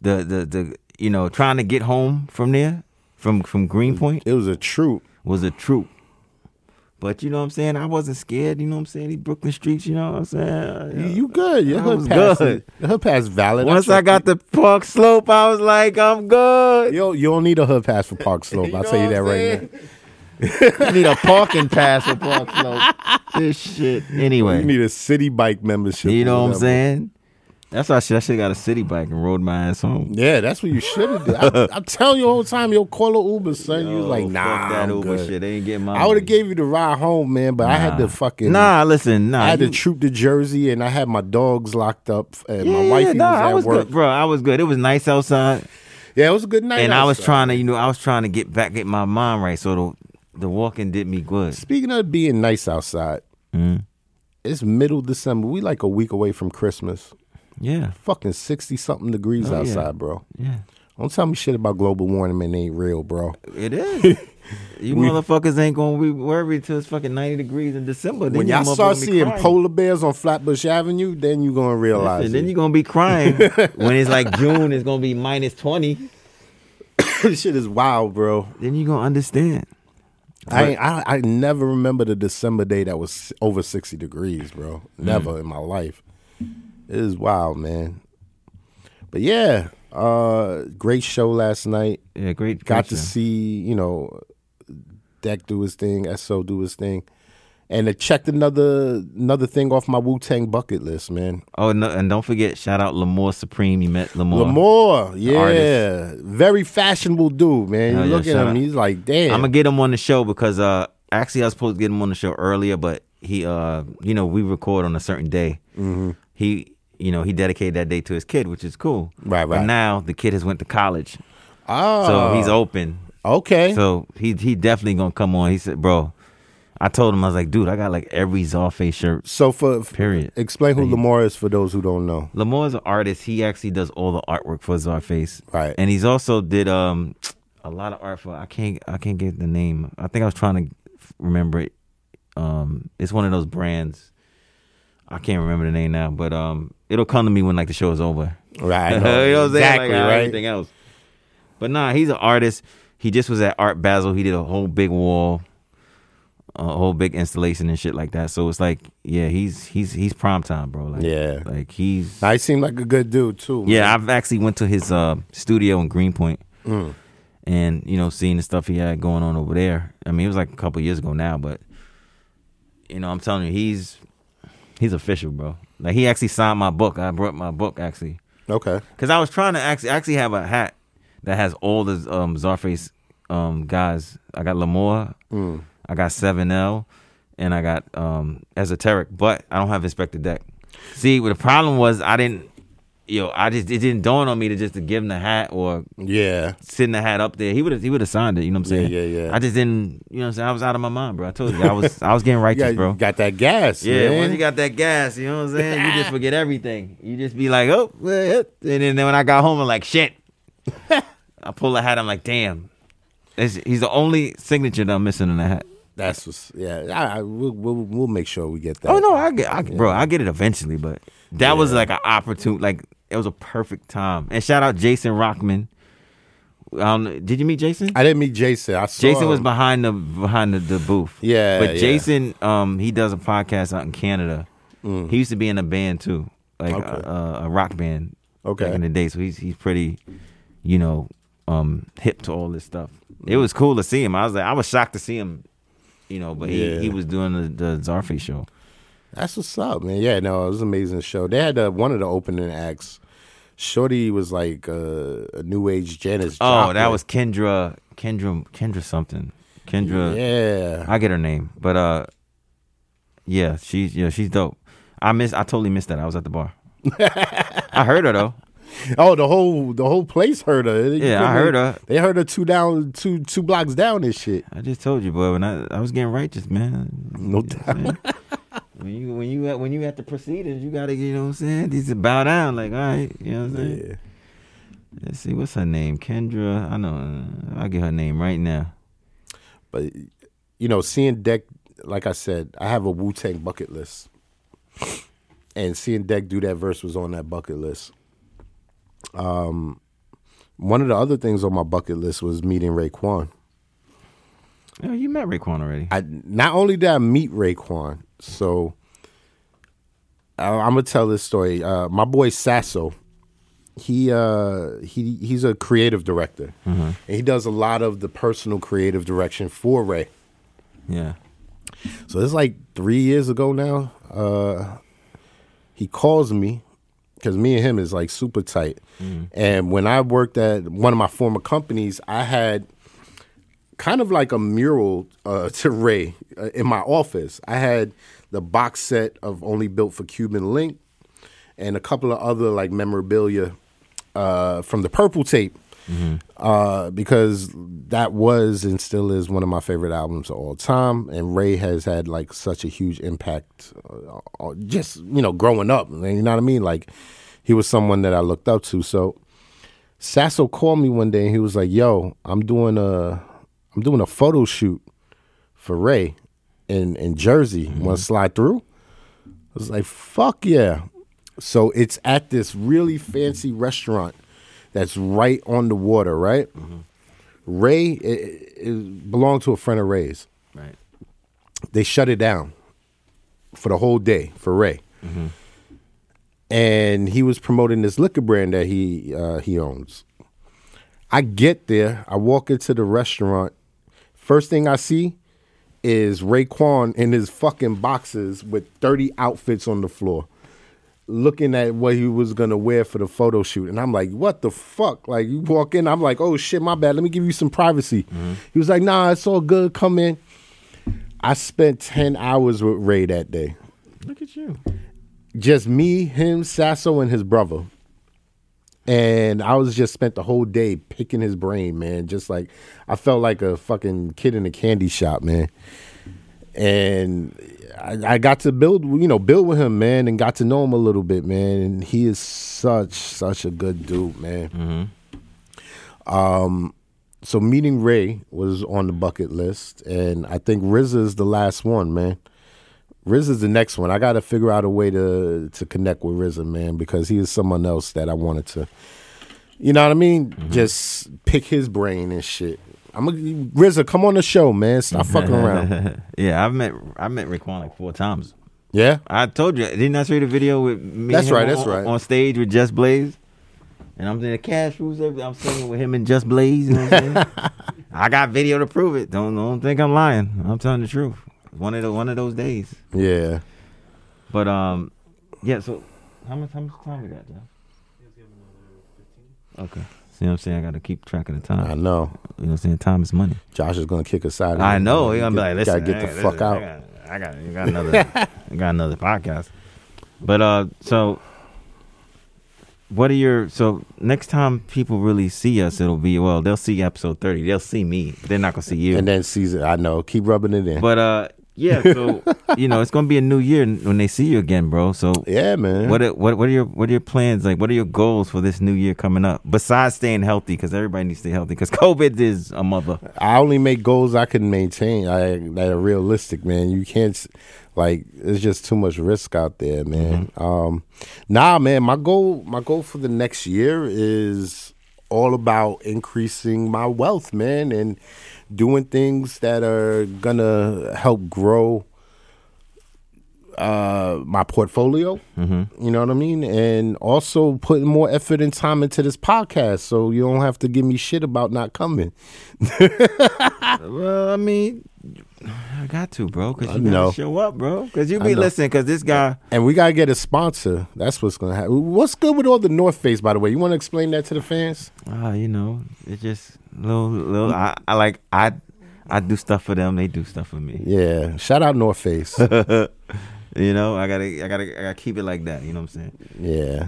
Speaker 3: the the the you know trying to get home from there from from Greenpoint
Speaker 4: it was a troop.
Speaker 3: was a troop. But you know what I'm saying? I wasn't scared. You know what I'm saying? These Brooklyn streets. You know what I'm saying?
Speaker 4: You, you good? Your
Speaker 3: I was
Speaker 4: hood pass.
Speaker 3: good.
Speaker 4: Your hood pass valid.
Speaker 3: Once I got the Park Slope, I was like, I'm good.
Speaker 4: You don't, you don't need a hood pass for Park Slope. I'll
Speaker 3: know
Speaker 4: tell <laughs> you
Speaker 3: what
Speaker 4: that
Speaker 3: I'm
Speaker 4: right now.
Speaker 6: You need a parking pass for Park Slope.
Speaker 3: This shit. Anyway,
Speaker 4: <laughs> You need a city bike membership.
Speaker 3: You
Speaker 4: or
Speaker 3: know what I'm
Speaker 4: whatever.
Speaker 3: saying? That's why I should, I should got a city bike and rode my ass home.
Speaker 4: Yeah, that's what you should have done. I- I'm telling you all the time, yo, call an Uber, son. you was
Speaker 3: Oh,
Speaker 4: like,
Speaker 3: fuck
Speaker 4: nah,
Speaker 3: that
Speaker 4: I'm
Speaker 3: Uber
Speaker 4: good.
Speaker 3: shit. They ain't getting my.
Speaker 4: I would have
Speaker 3: money.
Speaker 4: gave you the ride home, man, but I had to fucking
Speaker 3: Nah, listen, nah.
Speaker 4: I had
Speaker 3: you-
Speaker 4: to troop to Jersey, and I had my dogs locked up, and
Speaker 3: yeah,
Speaker 4: my
Speaker 3: yeah,
Speaker 4: wifey
Speaker 3: nah,
Speaker 4: was at
Speaker 3: I was
Speaker 4: work.
Speaker 3: good, bro. I was good. It was nice outside,
Speaker 4: Yeah, it was a good night.
Speaker 3: and I was
Speaker 4: outside.
Speaker 3: trying to, you know, I was trying to get back, get my mind right. So the the walking did me good.
Speaker 4: Speaking of being nice outside,
Speaker 3: Mm.
Speaker 4: it's middle December. We like a week away from Christmas.
Speaker 3: Yeah,
Speaker 4: Fucking sixty something degrees
Speaker 3: Oh, yeah.
Speaker 4: outside, bro.
Speaker 3: yeah,
Speaker 4: Don't tell me shit about global warming. It ain't real, bro.
Speaker 3: it <laughs> is. You motherfuckers ain't gonna be worried till it's fucking ninety degrees in December. Then
Speaker 4: when
Speaker 3: you
Speaker 4: y'all
Speaker 3: motherfuckers
Speaker 4: start
Speaker 3: be
Speaker 4: seeing
Speaker 3: crying.
Speaker 4: polar bears on Flatbush Avenue, then you gonna realize.
Speaker 3: Listen, then
Speaker 4: it.
Speaker 3: you're gonna be <laughs> crying when it's like June. It's gonna be minus twenty.
Speaker 4: <laughs> this shit is wild, bro.
Speaker 3: Then you gonna understand.
Speaker 4: I, ain't- I I never remember the December day that was over sixty degrees, bro.
Speaker 3: Mm.
Speaker 4: Never in my life. It is wild, man. But yeah, uh, great show last night.
Speaker 3: Yeah, great.
Speaker 4: Got
Speaker 3: great
Speaker 4: to
Speaker 3: show.
Speaker 4: see you know, Deck do his thing, So do his thing, and it checked another another thing off my Wu Tang bucket list, man.
Speaker 3: Oh, no, and don't forget, shout out Lamore Supreme. You met Lamore.
Speaker 4: Lamore, yeah,
Speaker 3: artist.
Speaker 4: very fashionable dude, man.
Speaker 3: Hell
Speaker 4: you
Speaker 3: yeah,
Speaker 4: look
Speaker 3: shout
Speaker 4: at him,
Speaker 3: out.
Speaker 4: he's like, damn.
Speaker 3: I'm gonna get him on the show because uh, actually I was supposed to get him on the show earlier, but he, uh, you know, we record on a certain day. Mm-hmm. He, you know, he dedicated that day to his kid, which is cool.
Speaker 4: Right,
Speaker 3: But
Speaker 4: right.
Speaker 3: now the kid has went to college,
Speaker 4: oh,
Speaker 3: so he's open.
Speaker 4: okay.
Speaker 3: So he he definitely gonna come on. He said, bro. I told him I was like, dude, I got like every Zolfe shirt.
Speaker 4: So for
Speaker 3: Period.
Speaker 4: explain who Lamar is for those who don't know.
Speaker 3: Lamore's an artist. He actually does all the artwork for Zarface.
Speaker 4: Right.
Speaker 3: And he's also did um a lot of art for I can't I can't get the name. I think I was trying to remember it. Um it's one of those brands. I can't remember the name now, but um it'll come to me when like the show is over. <laughs>
Speaker 4: Right,
Speaker 3: you know what I'm saying? Like, how Everything else. But nah, he's an artist. He just was at Art Basel. He did a whole big wall, a whole big installation and shit like that. So it's like, yeah, he's he's he's prime time, bro. Like,
Speaker 4: Yeah.
Speaker 3: like he's
Speaker 4: I seem like a good dude too. man.
Speaker 3: yeah, I've actually went to his uh, studio in Greenpoint,
Speaker 4: Mm.
Speaker 3: and you know, seeing the stuff he had going on over there. I mean, it was like a couple years ago now, but you know, I'm telling you, he's he's official, bro. Like he actually signed my book. I brought my book actually
Speaker 4: Okay.
Speaker 3: because I was trying to actually actually have a hat that has all the um, Zarface um, guys. I got Lamore,
Speaker 4: Mm.
Speaker 3: I got Seven L, and I got um, Esoteric, but I don't have Inspector Deck. See, what the problem was, I didn't. Yo, I just it didn't dawn on me to just to give him the hat or
Speaker 4: Yeah.
Speaker 3: sitting the hat up there. He would have he would have signed it. You know what I'm saying?
Speaker 4: Yeah, yeah, yeah.
Speaker 3: I just didn't. You know what I'm saying? I was out of my mind, bro. I told you, I was I was
Speaker 4: <laughs>
Speaker 3: getting
Speaker 4: You
Speaker 3: righteous,
Speaker 4: got,
Speaker 3: bro.
Speaker 4: you got that gas.
Speaker 3: Yeah,
Speaker 4: man.
Speaker 3: once you got that gas, you know what I'm saying? You <laughs> just forget everything. You just be like, oh, eh, eh. and then, then when I got home, I'm like, <laughs> shit. I pull a hat. I'm like, damn. It's, he's the only signature that I'm missing in the hat.
Speaker 4: That's what's, yeah. I, I, we'll, we'll we'll make sure we get that.
Speaker 3: Oh no, I get, I, bro, I get it eventually. But that was like an opportune, like it was a perfect time. And shout out Jason Rockman. Um, did you meet Jason?
Speaker 4: I didn't meet Jason. I saw
Speaker 3: Jason was
Speaker 4: him.
Speaker 3: behind the behind the, the booth.
Speaker 4: Yeah,
Speaker 3: but
Speaker 4: yeah.
Speaker 3: Jason, um, he does a podcast out in Canada. He used to be in a band too, like a-
Speaker 4: Mm. Okay.
Speaker 3: a, a rock band.
Speaker 4: Okay.
Speaker 3: back in the day, so he's he's pretty, you know, um, hip to all this stuff.
Speaker 4: Mm.
Speaker 3: It was cool to see him. I was like, I was shocked to see him, you know, but
Speaker 4: Yeah.
Speaker 3: he, he was doing the, the Zarfe show.
Speaker 4: That's what's up, man. Yeah, no, it was an amazing show. They had uh, one of the opening acts. Shorty was like uh, a new age Janice.
Speaker 3: Oh, that
Speaker 4: Joplin.
Speaker 3: was Kendra, Kendra, Kendra something, Kendra.
Speaker 4: yeah.
Speaker 3: I get her name, but uh, yeah, she's yeah, she's dope. I miss, I totally missed that. I was at the <laughs> bar. I heard her though.
Speaker 4: Oh, the whole the whole place heard her. You
Speaker 3: Yeah, I
Speaker 4: couldn't-
Speaker 3: heard her.
Speaker 4: They heard her two down two two blocks down and shit.
Speaker 3: I just told you, boy. When I I was getting righteous, man.
Speaker 4: No doubt.
Speaker 3: When you when you at when you at the proceedings, you gotta you know what I'm saying. These bow down, like all right, you know what I'm saying.
Speaker 4: Yeah.
Speaker 3: Let's see, what's her name? Kendra. I know. uh, I'll get her name right now.
Speaker 4: But you know, seeing Deck, like I said, I have a Wu Tang bucket list. and seeing Deck do that verse was on that bucket list. Um, one of the other things on my bucket list was meeting Raekwon.
Speaker 3: Oh, you met Raekwon already.
Speaker 4: I not only did I meet Raekwon, so I, I'm gonna tell this story. Uh, my boy Sasso, he uh, he he's a creative director, and he does a lot of the personal creative direction for Ray.
Speaker 3: yeah.
Speaker 4: So it's like three years ago now. Uh, he calls me because me and him is like super tight. And when I worked at one of my former companies, I had kind of like a mural uh, <laughs> to Ray uh, in my office. I had the box set of Only Built for Cuban Link and a couple of other like memorabilia uh, from the Purple Tape. Uh, because that was and still is one of my favorite albums of all time, and Ray has had like such a huge impact, uh, uh, just you know, growing up. You know what I mean? Like he was someone that I looked up to. So Sasso called me one day and he was like, "Yo, I'm doing a I'm doing a photo shoot for Ray in in Jersey. Want to slide through?" I was like, "Fuck yeah!" So it's at this really fancy restaurant that's right on the water, right? Ray it, it belonged to a friend of Ray's.
Speaker 3: Right.
Speaker 4: They shut it down for the whole day for Ray. And he was promoting this liquor brand that he uh, he owns. I get there, I walk into the restaurant. First thing I see is Raekwon in his fucking boxes with 30 outfits on the floor, looking at what he was gonna wear for the photo shoot. And I'm like, what the fuck? Like, you walk in, I'm like, oh shit, my bad, let me give you some privacy. He was like, nah, it's all good, come in. I spent 10 hours with Ray that day.
Speaker 3: Look at you.
Speaker 4: Just me, him, Sasso, and his brother. And I was just spent the whole day picking his brain, man. Just like I felt like a fucking kid in a candy shop, man. And I, I got to build, you know, build with him, man, and got to know him a little bit, man. And he is such, such a good dude, man. Um, so meeting Ray was on the bucket list, and I think RZA is the last one, man. RZA is the next one. I got to figure out a way to to connect with RZA, man, because he is someone else that I wanted to, you know what I mean?
Speaker 3: Mm-hmm.
Speaker 4: Just pick his brain and shit. I'm gonna RZA, come on the show, man.
Speaker 3: <laughs>
Speaker 4: Stop fucking around.
Speaker 3: yeah, I met I met Raekwon like four times.
Speaker 4: Yeah,
Speaker 3: I told you, didn't I show you the video with me?
Speaker 4: That's
Speaker 3: and him
Speaker 4: right, that's
Speaker 3: on-
Speaker 4: right.
Speaker 3: On stage with Just Blaze, and I'm in the cash rules. Everything. I'm singing with him and Just Blaze. You know what I'm
Speaker 4: <laughs>
Speaker 3: saying? I got video to prove it. Don't don't think I'm lying. I'm telling the truth. One of the one of those days.
Speaker 4: yeah.
Speaker 3: But um, yeah. So how much how much time we got, Jeff? Okay. See what I'm saying? I got to keep track of the time.
Speaker 4: I know.
Speaker 3: You know what I'm saying? Time is money.
Speaker 4: Josh is gonna kick us out. of
Speaker 3: I
Speaker 4: here.
Speaker 3: know. He gonna be
Speaker 4: Get-
Speaker 3: like, listen,
Speaker 4: gotta get
Speaker 3: I-
Speaker 4: the
Speaker 3: listen,
Speaker 4: fuck out.
Speaker 3: I got, I got, I got another,
Speaker 4: <laughs>
Speaker 3: I got another podcast. But uh, so what are your so next time people really see us, it'll be well, they'll see episode thirty. They'll see me. They're not gonna see you.
Speaker 4: And then season, I know. Keep rubbing it
Speaker 3: <laughs>
Speaker 4: in.
Speaker 3: but uh, yeah.
Speaker 4: <laughs>
Speaker 3: So you know, it's gonna be a new year when they see you again, bro. So
Speaker 4: yeah, man.
Speaker 3: what are, what what are your what are your plans like? What are your goals for this new year coming up? Besides staying healthy, because everybody needs to stay healthy. Because <laughs> COVID is a mother.
Speaker 4: I only make goals I can maintain. I that are realistic, man. You can't s- like it's just too much risk out there, man.
Speaker 3: Mm-hmm.
Speaker 4: Um, nah, man. My goal, my goal for the next year is all about increasing my wealth, man, and doing things that are gonna help grow uh my portfolio
Speaker 3: Mm-hmm.
Speaker 4: you know what i mean and also putting more effort and time into this podcast so you don't have to give me shit about not coming
Speaker 3: Well, Uh, I mean, I got to, bro, because you gotta
Speaker 4: know.
Speaker 3: show up, bro. Because you
Speaker 4: I
Speaker 3: be
Speaker 4: know.
Speaker 3: listening, because this guy,
Speaker 4: And we gotta get a sponsor. That's what's gonna happen. What's good with all the North Face, by the way? You want to explain that to the fans?
Speaker 3: uh, you know, it's just little, little. I, I like, I, I do stuff for them. They do stuff for me.
Speaker 4: Yeah. Shout out North <laughs> Face.
Speaker 3: You know, I gotta, I gotta, I gotta keep it like that. You know what I'm saying?
Speaker 4: yeah.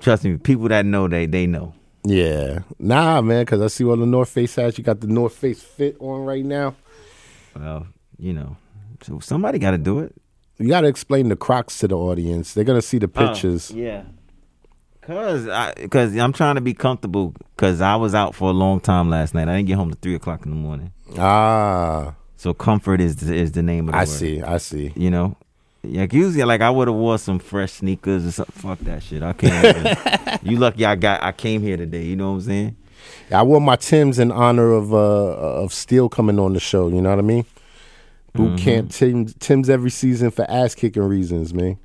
Speaker 3: Trust me, people that know, they, they know.
Speaker 4: Yeah. Nah, man. Because I see all the North Face hats. You got the North Face fit on right now.
Speaker 3: Well, you know, so somebody got to do it.
Speaker 4: You gotta explain the Crocs to the audience. They're gonna see the
Speaker 3: Uh,
Speaker 4: pictures.
Speaker 3: yeah. Cause, I, cause I'm trying to be comfortable. Cause I was out for a long time last night. I didn't get home till three o'clock in the morning.
Speaker 4: Ah,
Speaker 3: So comfort is the, is the name of the
Speaker 4: I
Speaker 3: word.
Speaker 4: see. I see.
Speaker 3: you know Like usually, like I would have wore some fresh sneakers or something. Fuck that shit. I
Speaker 4: <laughs>
Speaker 3: can't. you lucky I got. I came here today. You know what I'm saying?
Speaker 4: I wore my Tim's in honor of uh of Steel coming on the show. You know what I mean? Boot camp Tim's, Tim's every season for ass kicking reasons, man.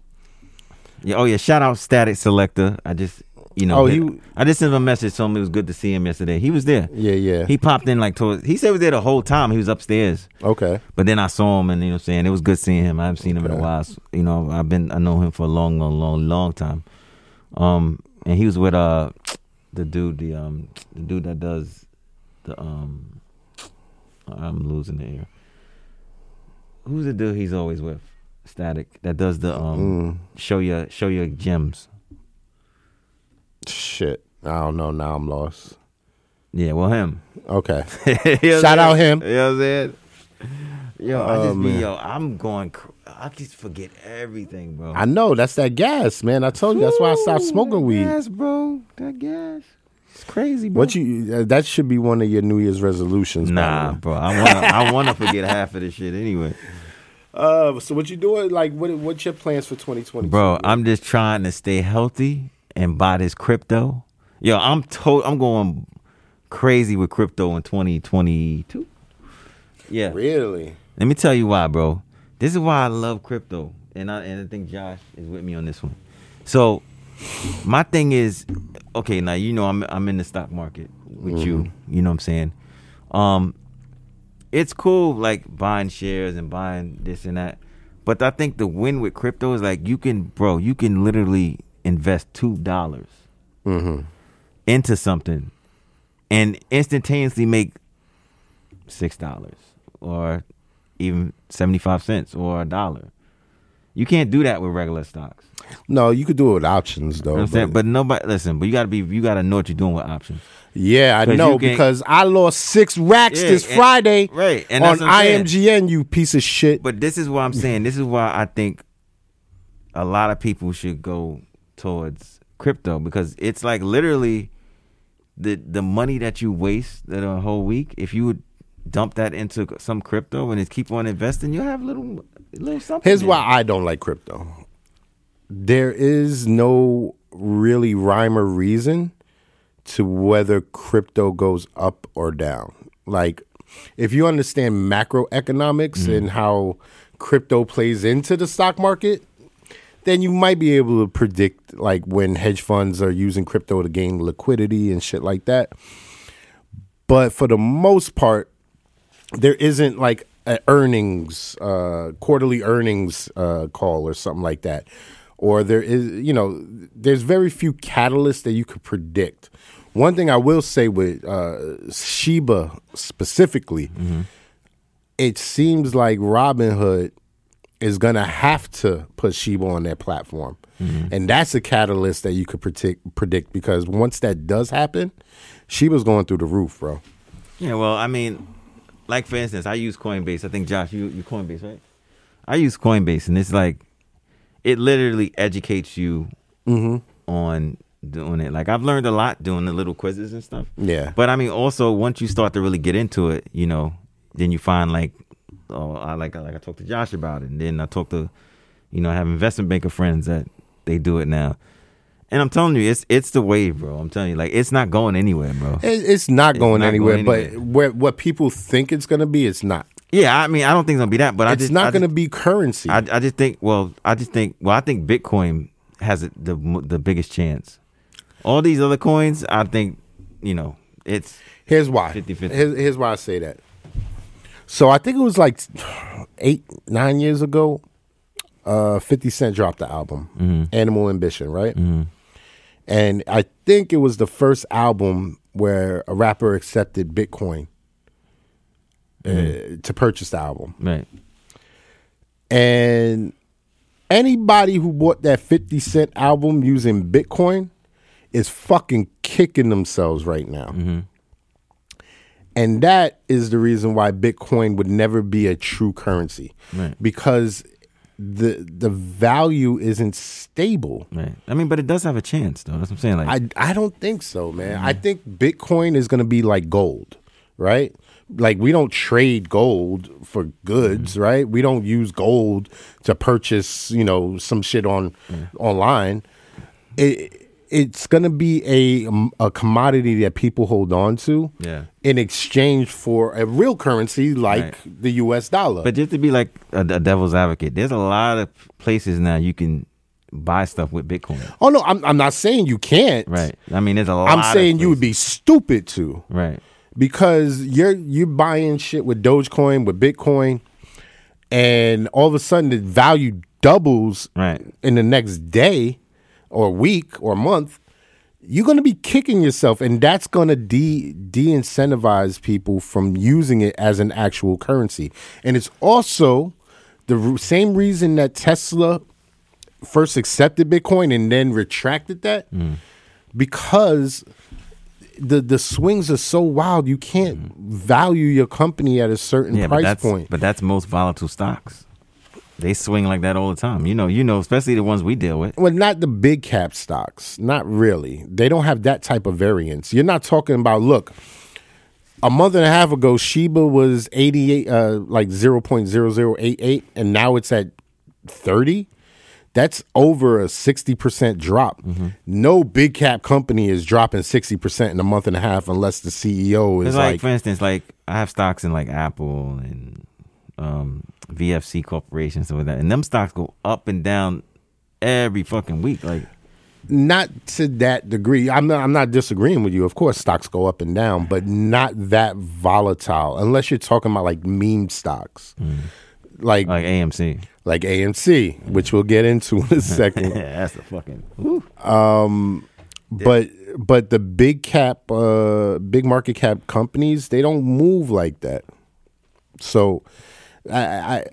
Speaker 3: Yeah. Oh yeah. Shout out Static Selector. I just you know.
Speaker 4: Oh,
Speaker 3: hit-
Speaker 4: he-
Speaker 3: I just sent him a message. Told him it was good to see him yesterday. He was there.
Speaker 4: Yeah, yeah.
Speaker 3: He popped in like towards. He said he was there the whole time. He was upstairs.
Speaker 4: Okay.
Speaker 3: But then I saw him, and you know what I'm saying? It was good seeing him. I haven't seen him in a while. So, you know, I've been, I know him for a long, long, long, long time. Um, and he was with, uh, the dude, the, um, the dude that does the, um, I'm losing the air. Who's the dude he's always with? Static. That does the,
Speaker 4: Mm.
Speaker 3: um, show your, show your gems.
Speaker 4: Shit. I don't know. Now I'm lost.
Speaker 3: Yeah, well, him. <laughs>
Speaker 4: Okay.
Speaker 3: You know what I'm
Speaker 4: Shout out
Speaker 3: saying?
Speaker 4: him.
Speaker 3: You know what I'm saying? Yo, I
Speaker 4: Oh,
Speaker 3: just be,
Speaker 4: man.
Speaker 3: yo, I'm going, cr- I just forget everything, bro.
Speaker 4: I know that's that gas, man. I told you that's why I stopped smoking weed.
Speaker 3: Gas, bro. That gas. It's crazy, bro.
Speaker 4: What you? uh, That should be one of your New Year's resolutions. by the
Speaker 3: Nah,
Speaker 4: way.
Speaker 3: bro. I wanna I wanna forget half of this shit anyway.
Speaker 4: Uh, so what you doing? Like, what? What's your plans for 2020,
Speaker 3: Bro, I'm just trying to stay healthy and buy this crypto. Yo, I'm to- I'm going crazy with crypto in 2022. Yeah.
Speaker 4: Really?
Speaker 3: Let me tell you why, bro. This is why I love crypto, and I and I think Josh is with me on this one. So, my thing is, okay, now you know I'm I'm in the stock market with you. You know what I'm saying? Um, it's cool like buying shares and buying this and that, but I think the win with crypto is like you can, bro, you can literally invest two dollars into something and instantaneously make six dollars or even seventy five cents or a dollar. You can't do that with regular stocks. You
Speaker 4: No, you could do it with options though.
Speaker 3: know what I'm
Speaker 4: but-
Speaker 3: saying? But nobody listen, but you gotta be you gotta know what you're doing with options.
Speaker 4: yeah, I
Speaker 3: 'Cause
Speaker 4: know
Speaker 3: you can't-
Speaker 4: because I lost six racks
Speaker 3: Yeah,
Speaker 4: this
Speaker 3: and-
Speaker 4: Friday,
Speaker 3: right, and
Speaker 4: on
Speaker 3: that's what I'm saying.
Speaker 4: IMGN, you piece of shit.
Speaker 3: But this is why I'm saying this is why I think a lot of people should go towards crypto because it's like literally the the money that you waste that a whole week if you would dump that into some crypto and just keep on investing you'll have little little something
Speaker 4: Here's
Speaker 3: there.
Speaker 4: why I don't like crypto. There is no really rhyme or reason to whether crypto goes up or down. Like, if you understand macroeconomics and how crypto plays into the stock market, then you might be able to predict like when hedge funds are using crypto to gain liquidity and shit like that. But for the most part, there isn't like an earnings uh, quarterly earnings uh, call or something like that or there is you know there's very few catalysts that you could predict one thing i will say with uh, sheba specifically it seems like robinhood is going to have to put sheba on their platform and that's a catalyst that you could predict, predict because once that does happen sheba's going through the roof bro
Speaker 3: Yeah, well, I mean, like for instance, I use Coinbase. I think Josh, you you Coinbase, right? I use Coinbase, and it's like it literally educates you on doing it. Like I've learned a lot doing the little quizzes and stuff.
Speaker 4: Yeah.
Speaker 3: But I mean, also once you start to really get into it, you know, then you find like, oh, I like like I talked to Josh about it, and then I talked to, you know, I have investment banker friends that they do it now. And I'm telling you, it's it's the wave, bro. I'm telling you, like it's not going anywhere, bro.
Speaker 4: It, it's not going
Speaker 3: not
Speaker 4: anywhere,
Speaker 3: going
Speaker 4: but
Speaker 3: anywhere.
Speaker 4: where, what people think it's going to be, it's not.
Speaker 3: Yeah, I mean, I don't think it's gonna be that, but I
Speaker 4: it's
Speaker 3: just
Speaker 4: not
Speaker 3: I
Speaker 4: going to
Speaker 3: just-
Speaker 4: be currency.
Speaker 3: I, I just think. Well, I just think. Well, I think Bitcoin has it- the mo- the biggest chance. All these other coins, I think, you know, it's
Speaker 4: here's why.
Speaker 3: 50-50.
Speaker 4: Here's, here's why I say that. So I think it was like eight, nine years ago. Uh, Fifty Cent dropped the album
Speaker 3: Mm-hmm.
Speaker 4: "Animal Ambition," right? And I think it was the first album where a rapper accepted Bitcoin uh,
Speaker 3: Mm-hmm.
Speaker 4: to purchase the album.
Speaker 3: right.
Speaker 4: And anybody who bought that 50 Cent album using Bitcoin is fucking kicking themselves right now. And that is the reason why Bitcoin would never be a true currency
Speaker 3: Right.
Speaker 4: because the the value isn't stable.
Speaker 3: Right. I mean, but it does have a chance, though. That's what I'm saying. Like,
Speaker 4: I I don't think so, man. I think Bitcoin is going to be like gold. right? Like we don't trade gold for goods,
Speaker 3: Mm.
Speaker 4: right? We don't use gold to purchase, you know, some shit on
Speaker 3: Mm.
Speaker 4: online. It it's gonna be a a commodity that people hold on to,
Speaker 3: Yeah.
Speaker 4: in exchange for a real currency like
Speaker 3: Right.
Speaker 4: the U.S. dollar.
Speaker 3: But just to be like a, a devil's advocate, there's a lot of places now you can buy stuff with Bitcoin.
Speaker 4: oh no, I'm I'm not saying you can't.
Speaker 3: Right. I mean, there's a lot.
Speaker 4: I'm
Speaker 3: of
Speaker 4: saying you would be stupid to.
Speaker 3: places. Right.
Speaker 4: because you're you're buying shit with Dogecoin, with Bitcoin, and all of a sudden the value doubles
Speaker 3: Right.
Speaker 4: in the next day or week or month, you're gonna be kicking yourself, and that's gonna de de incentivize people from using it as an actual currency. And it's also the r- same reason that Tesla first accepted Bitcoin and then retracted that
Speaker 3: Mm.
Speaker 4: because the the swings are so wild. You can't value your company at a certain
Speaker 3: Yeah, but
Speaker 4: price
Speaker 3: that's
Speaker 4: point.
Speaker 3: but that's most volatile stocks. They swing like that all the time. You know, you know, especially the ones we deal with.
Speaker 4: well, not the big cap stocks, not really. They don't have that type of variance. You're not talking about look. A month and a half ago, Sheba was eighty eight, uh, like zero point zero zero eight eight, and now it's at thirty. That's over a sixty percent drop.
Speaker 3: Mm-hmm.
Speaker 4: No big cap company is dropping sixty percent in a month and a half unless the CEO is
Speaker 3: It's like,
Speaker 4: like
Speaker 3: for instance, like I have stocks in like Apple and um, VFC corporations and all that, and them stocks go up and down every fucking week. Like
Speaker 4: not to that degree. I'm not, I'm not disagreeing with you. Of course, stocks go up and down, but not that volatile unless you're talking about like meme stocks, like
Speaker 3: like AMC.
Speaker 4: like AMC, which we'll get into in a second.
Speaker 3: <laughs> Yeah, that's the fucking.
Speaker 4: but but the big cap, uh, big market cap companies, they don't move like that. So, I I,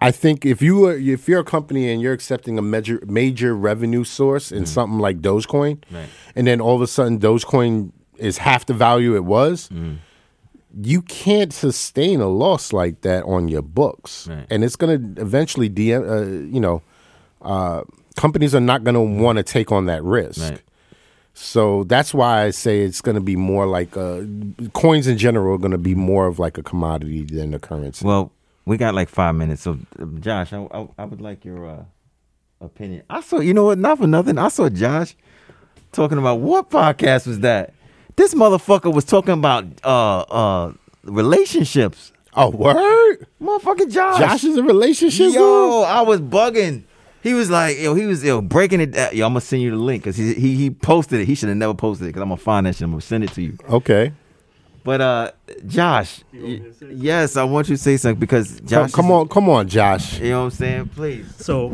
Speaker 4: I think if you are if you're a company and you're accepting a major major revenue source in something like Dogecoin,
Speaker 3: Mm. Right.
Speaker 4: and then all of a sudden Dogecoin is half the value it was.
Speaker 3: Mm.
Speaker 4: You can't sustain a loss like that on your books,
Speaker 3: Right.
Speaker 4: and it's going to eventually, de- uh, you know, uh, companies are not going to want to take on that risk.
Speaker 3: Right.
Speaker 4: So that's why I say it's going to be more like a, coins in general are going to be more of like a commodity than a currency.
Speaker 3: Well, we got like five minutes, so um, Josh, I, I, I would like your uh, opinion. I saw, you know what? Not for nothing, I saw Josh talking about what podcast was that? This motherfucker was talking about uh uh relationships.
Speaker 4: Oh, word!
Speaker 3: Motherfucking Josh.
Speaker 4: Josh is a relationship guru.
Speaker 3: Yo, I was bugging. He was like, yo, he was yo breaking it. Down. Yo, I'm gonna send you the link because he, he he posted it. He should have never posted it because I'm gonna find that shit. I'm gonna send it to you.
Speaker 4: Okay,
Speaker 3: But uh, Josh, y- yes, I want you to say something because
Speaker 4: come,
Speaker 3: Josh,
Speaker 4: come
Speaker 3: is-
Speaker 4: on, come on, Josh.
Speaker 3: you know what I'm saying? Please
Speaker 5: So,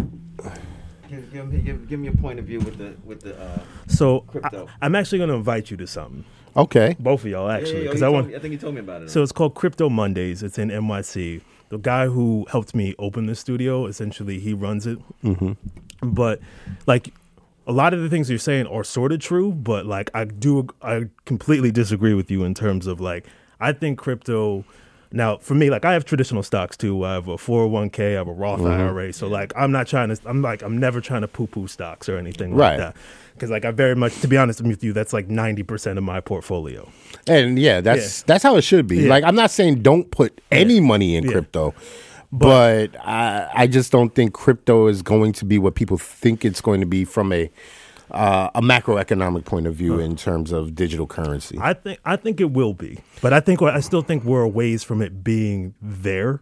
Speaker 3: give, give, me- give, give me a point of view with the with the. Uh,
Speaker 7: So
Speaker 3: Crypto.
Speaker 7: I, am actually going to invite you to something,
Speaker 4: Okay,
Speaker 7: both of y'all
Speaker 3: yeah, yeah,
Speaker 7: actually,
Speaker 3: yo,
Speaker 7: because
Speaker 3: he
Speaker 7: I
Speaker 3: told
Speaker 7: want.
Speaker 3: me- I think you told me about it.
Speaker 7: So it's called Crypto Mondays. It's in NYC. The guy who helped me open the studio, essentially, he runs it. Mm-hmm. But like a lot of the things you're saying are sort of true, but like I do, I completely disagree with you in terms of like I think crypto. Now, for me, like I have traditional stocks too. I have a 401k, I have a Roth IRA. So like I'm not trying to. I'm like I'm never trying to poo-poo stocks or anything
Speaker 4: Right.
Speaker 7: like that. Because like I very much, to be honest with you, that's like 90% of my portfolio.
Speaker 4: and yeah, that's
Speaker 7: Yeah.
Speaker 4: that's how it should be.
Speaker 7: Yeah.
Speaker 4: Like, I'm not saying don't put any money in
Speaker 7: Yeah.
Speaker 4: crypto, but, I I just don't think crypto is going to be what people think it's going to be from a uh, a macroeconomic point of view in terms of digital currency.
Speaker 7: I think I think it will be, but I think I still think we're a ways from it being there.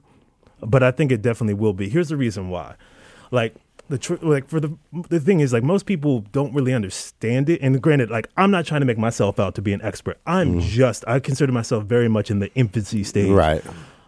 Speaker 7: But I think it definitely will be. Here's the reason why, like the tr- like for the the thing is like most people don't really understand it. And granted, like I'm not trying to make myself out to be an expert.
Speaker 4: Mm-hmm.
Speaker 7: I'm just I consider myself very much in the infancy stage
Speaker 4: Right.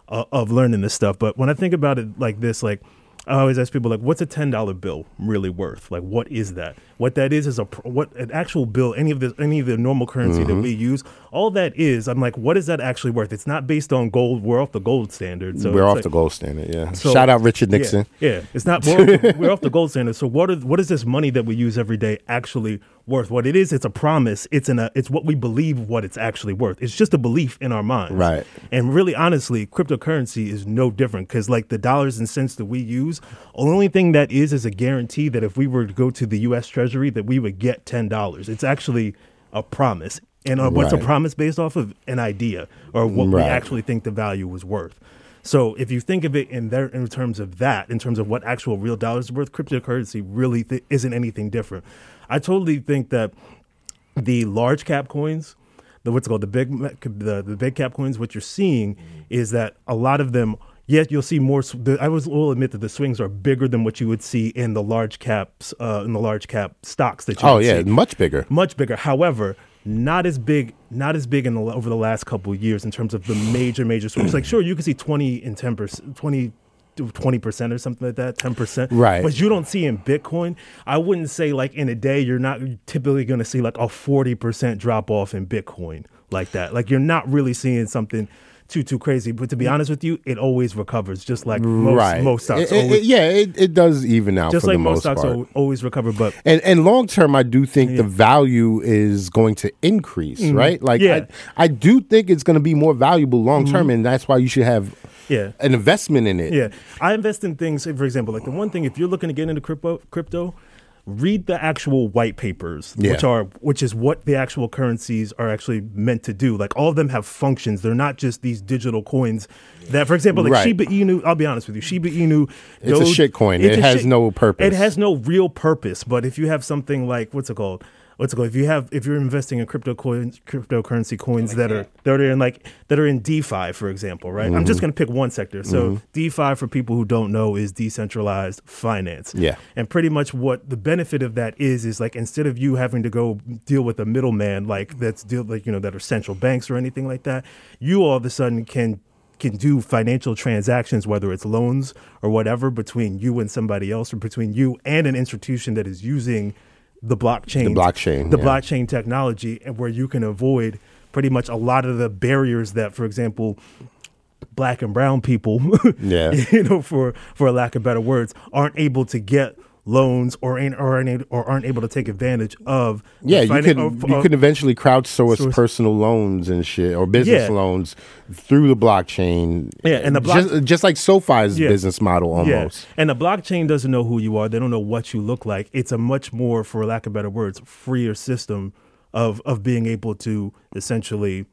Speaker 7: uh, of learning this stuff. But when I think about it like this, like I always ask people, like, what's a ten dollar bill really worth? Like, what is that? What that is is a pr- what an actual bill. Any of the any of the normal currency
Speaker 4: Mm-hmm.
Speaker 7: that we use, all that is. I'm like, what is that actually worth? It's not based on gold. We're off the gold standard. So
Speaker 4: We're
Speaker 7: it's
Speaker 4: off
Speaker 7: like-
Speaker 4: the gold standard. Yeah.
Speaker 7: so-
Speaker 4: Shout out Richard
Speaker 7: yeah,
Speaker 4: Nixon.
Speaker 7: Yeah, it's not we're off, the, we're off the gold standard. So what are what is this money that we use every day actually worth? What it is, it's a promise. It's in a it's what we believe what it's actually worth. It's just a belief in our minds.
Speaker 4: Right.
Speaker 7: And really honestly, cryptocurrency is no different cuz like the dollars and cents that we use, the only thing that is is a guarantee that if we were to go to the US Treasury that we would get $10. It's actually a promise. and on what's a
Speaker 4: Right.
Speaker 7: promise based off of an idea or what we
Speaker 4: Right.
Speaker 7: actually think the value was worth. So if you think of it in there in terms of that, in terms of what actual real dollars is worth, cryptocurrency really th- isn't anything different. I totally think that the large cap coins, the what's it called the big ma- the, the big cap coins, what you're seeing is that a lot of them. Yes, you'll see more. s- The, I was will admit that the swings are bigger than what you would see in the large caps uh, in the large cap stocks that you.
Speaker 4: Oh
Speaker 7: would
Speaker 4: yeah,
Speaker 7: see
Speaker 4: much bigger.
Speaker 7: much bigger. However, not as big, not as big in the, over the last couple of years in terms of the major, major swings. like, sure, you can see twenty and ten percent, twenty. 20% or something like that, 10%.
Speaker 4: Right.
Speaker 7: But you don't see in Bitcoin. I wouldn't say like in a day, you're not typically going to see like a 40% drop off in Bitcoin like that. Like you're not really seeing something too, too crazy. But to be honest with you, it always recovers just like most,
Speaker 4: right.
Speaker 7: most stocks.
Speaker 4: It- it-
Speaker 7: always,
Speaker 4: yeah, it, it does even out
Speaker 7: just
Speaker 4: for
Speaker 7: like
Speaker 4: the most,
Speaker 7: most, stocks
Speaker 4: part.
Speaker 7: al- always recover. But
Speaker 4: And and long term, I do think the value is going to increase, right? Like
Speaker 7: Mm-hmm. Yeah. Mm-hmm.
Speaker 4: I, I do think it's going to be more valuable long term, and that's why you should have
Speaker 7: Yeah.
Speaker 4: an investment in it.
Speaker 7: Yeah, I invest in things. For example, like the one thing if you're looking to get into crypto, crypto, read the actual white papers,
Speaker 4: Yeah.
Speaker 7: which are which is what the actual currencies are actually meant to do. Like all of them have functions. They're not just these digital coins. That, for example, like
Speaker 4: Right.
Speaker 7: Shiba Inu. I'll be honest with you, Shiba Inu.
Speaker 4: It's a shit coin. It has no purpose.
Speaker 7: It has no real purpose. But if you have something like what's it called? What's it called? If you have, if you're investing in crypto coins, cryptocurrency coins that are that are in like that are in DeFi, for example, right? I'm just gonna pick one sector. So DeFi, for people who don't know, is decentralized finance.
Speaker 4: Yeah.
Speaker 7: And pretty much what the benefit of that is is like instead of you having to go deal with a middleman like that's deal like you know that are central banks or anything like that, you all of a sudden can can do financial transactions whether it's loans or whatever between you and somebody else or between you and an institution that is using the blockchain
Speaker 4: The blockchain,
Speaker 7: the
Speaker 4: yeah.
Speaker 7: blockchain technology and where you can avoid pretty much a lot of the barriers that for example black and brown people <laughs>
Speaker 4: Yeah.
Speaker 7: you know for for lack of better words aren't able to get loans or ain't or ain't, or aren't able to take advantage of the
Speaker 4: Yeah, you
Speaker 7: finan-
Speaker 4: could
Speaker 7: of-
Speaker 4: you
Speaker 7: of-
Speaker 4: could eventually crowdsource
Speaker 7: Source.
Speaker 4: personal loans and shit or business
Speaker 7: Yeah.
Speaker 4: loans through the blockchain.
Speaker 7: Yeah, and the block-
Speaker 4: just, just like SoFi's
Speaker 7: Yeah.
Speaker 4: business model almost.
Speaker 7: And the blockchain doesn't know who you are. They don't know what you look like. It's a much more, for lack of better words, freer system of of being able to essentially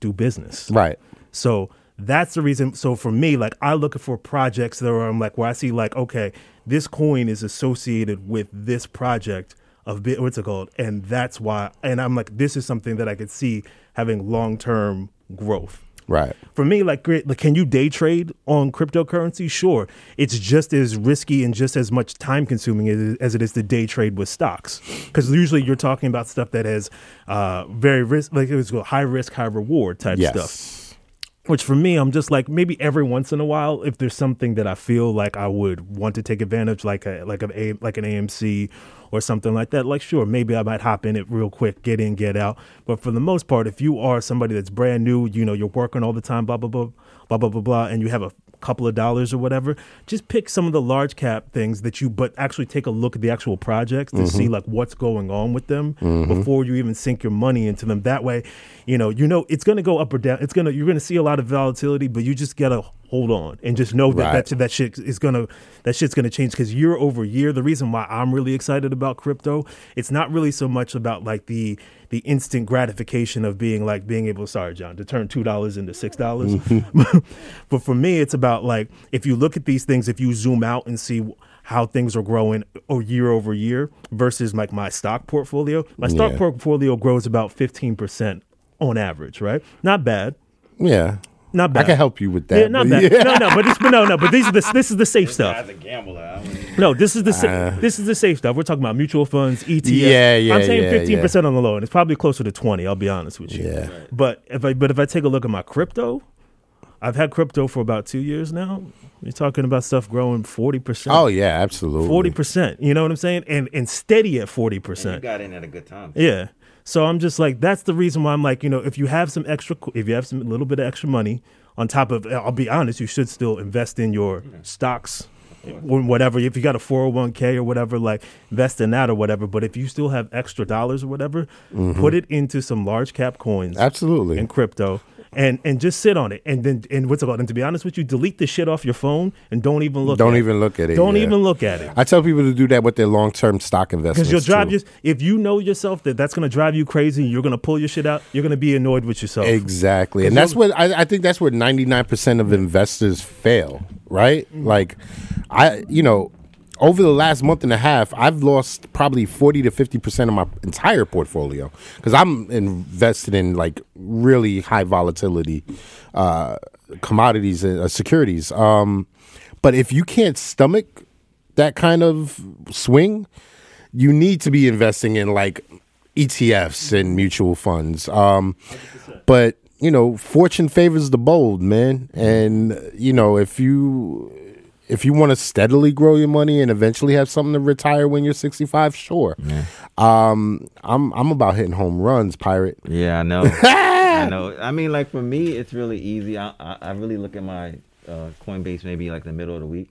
Speaker 7: do business.
Speaker 4: Right.
Speaker 7: So that's the reason. So for me, like I look for projects that are I'm like where I see like okay, this coin is associated with this project of bit what's it called, and that's why. And I'm like, this is something that I could see having long term growth
Speaker 4: Right.
Speaker 7: for me, like, great- like, can you day trade on cryptocurrency? Sure, it's just as risky and just as much time consuming as, as it is to day trade with stocks, because usually you're talking about stuff that has uh, very risk, like it was high risk, high reward type
Speaker 4: Yes.
Speaker 7: stuff. Which for me, I'm just like maybe every once in a while, if there's something that I feel like I would want to take advantage, like a like a like an AMC or something like that, like sure, maybe I might hop in it real quick, get in, get out. But for the most part, if you are somebody that's brand new, you know you're working all the time, blah blah blah blah blah blah blah, and you have a couple of dollars or whatever, just pick some of the large cap things that you, but actually take a look at the actual projects to see like what's going on with them before you even sink your money into them. That way, you know, you know it's going to go up or down. It's going to you're going to see a lot of volatility, but you just got to hold on and just know that
Speaker 4: Right.
Speaker 7: that, shit- that shit is going to that shit's going to change because year over year. The reason why I'm really excited about crypto, it's not really so much about like the the instant gratification of being like being able sorry john to turn two dollars into six
Speaker 4: <laughs>
Speaker 7: dollars but for me it's about like if you look at these things if you zoom out and see how things are growing or year over year versus like my stock portfolio my stock
Speaker 4: Yeah.
Speaker 7: portfolio grows about 15% on average right not bad
Speaker 4: Yeah.
Speaker 7: not
Speaker 4: I
Speaker 7: bad
Speaker 4: can help you with that.
Speaker 7: yeah, not
Speaker 4: but
Speaker 7: bad. No, no, but it's, no, no, but these are the, this is the safe stuff.
Speaker 5: As a gambler, I don't even
Speaker 7: No, this is the sa- this is the safe stuff. We're talking about mutual funds, ETFs.
Speaker 4: Uh. Yeah, yeah,
Speaker 7: I'm saying
Speaker 4: yeah,
Speaker 7: fifteen percent on the low, and it's probably closer to twenty. I'll be honest with you.
Speaker 4: Yeah.
Speaker 7: But if I but if I take a look at my crypto, I've had crypto for about two years now. You're talking about stuff growing forty percent.
Speaker 4: Oh yeah, absolutely.
Speaker 7: forty percent. You know what I'm saying? And and steady at forty
Speaker 5: you
Speaker 7: percent.
Speaker 5: got in at a good time.
Speaker 7: Yeah. So I'm just like, that's the reason why I'm like, you know, if you have some extra, if you have some little bit of extra money on top of, I'll be honest, you should still invest in your stocks, or whatever. If you got a 401k or whatever, like invest in that or whatever. But if you still have extra dollars or whatever, put it into some large cap coins
Speaker 4: Mm-hmm. Absolutely.
Speaker 7: and crypto. and and just sit on it. And then and what's it called? And to be honest with you, delete the shit off your phone and don't even look.
Speaker 4: Don't
Speaker 7: at
Speaker 4: even
Speaker 7: it.
Speaker 4: look at it,
Speaker 7: Don't
Speaker 4: yeah.
Speaker 7: even look at it.
Speaker 4: I tell people to do that with their long term stock investments.
Speaker 7: Because you'll drive
Speaker 4: too.
Speaker 7: you. If you know yourself that that's gonna drive you crazy, and you're gonna pull your shit out. You're gonna be annoyed with yourself.
Speaker 4: Exactly. And that's what I, I think that's where 99% of investors fail, right?
Speaker 7: Mm.
Speaker 4: Like, I, you know, over the last month and a half, I've lost probably 40 to 50% of my entire portfolio because I'm invested in like really high volatility uh, commodities and uh, securities. Um, but if you can't stomach that kind of swing, you need to be investing in like ETFs and mutual funds. Um, but you know, fortune favors the bold, man. And you know, if you if you want to steadily grow your money and eventually have something to retire when you're 65, sure. Um, I'm I'm about hitting home runs, pirate.
Speaker 3: Yeah, I know.
Speaker 4: <laughs>
Speaker 3: I know. I mean, like for me, it's really easy. I I, I really look at my uh, Coinbase maybe like the middle of the week,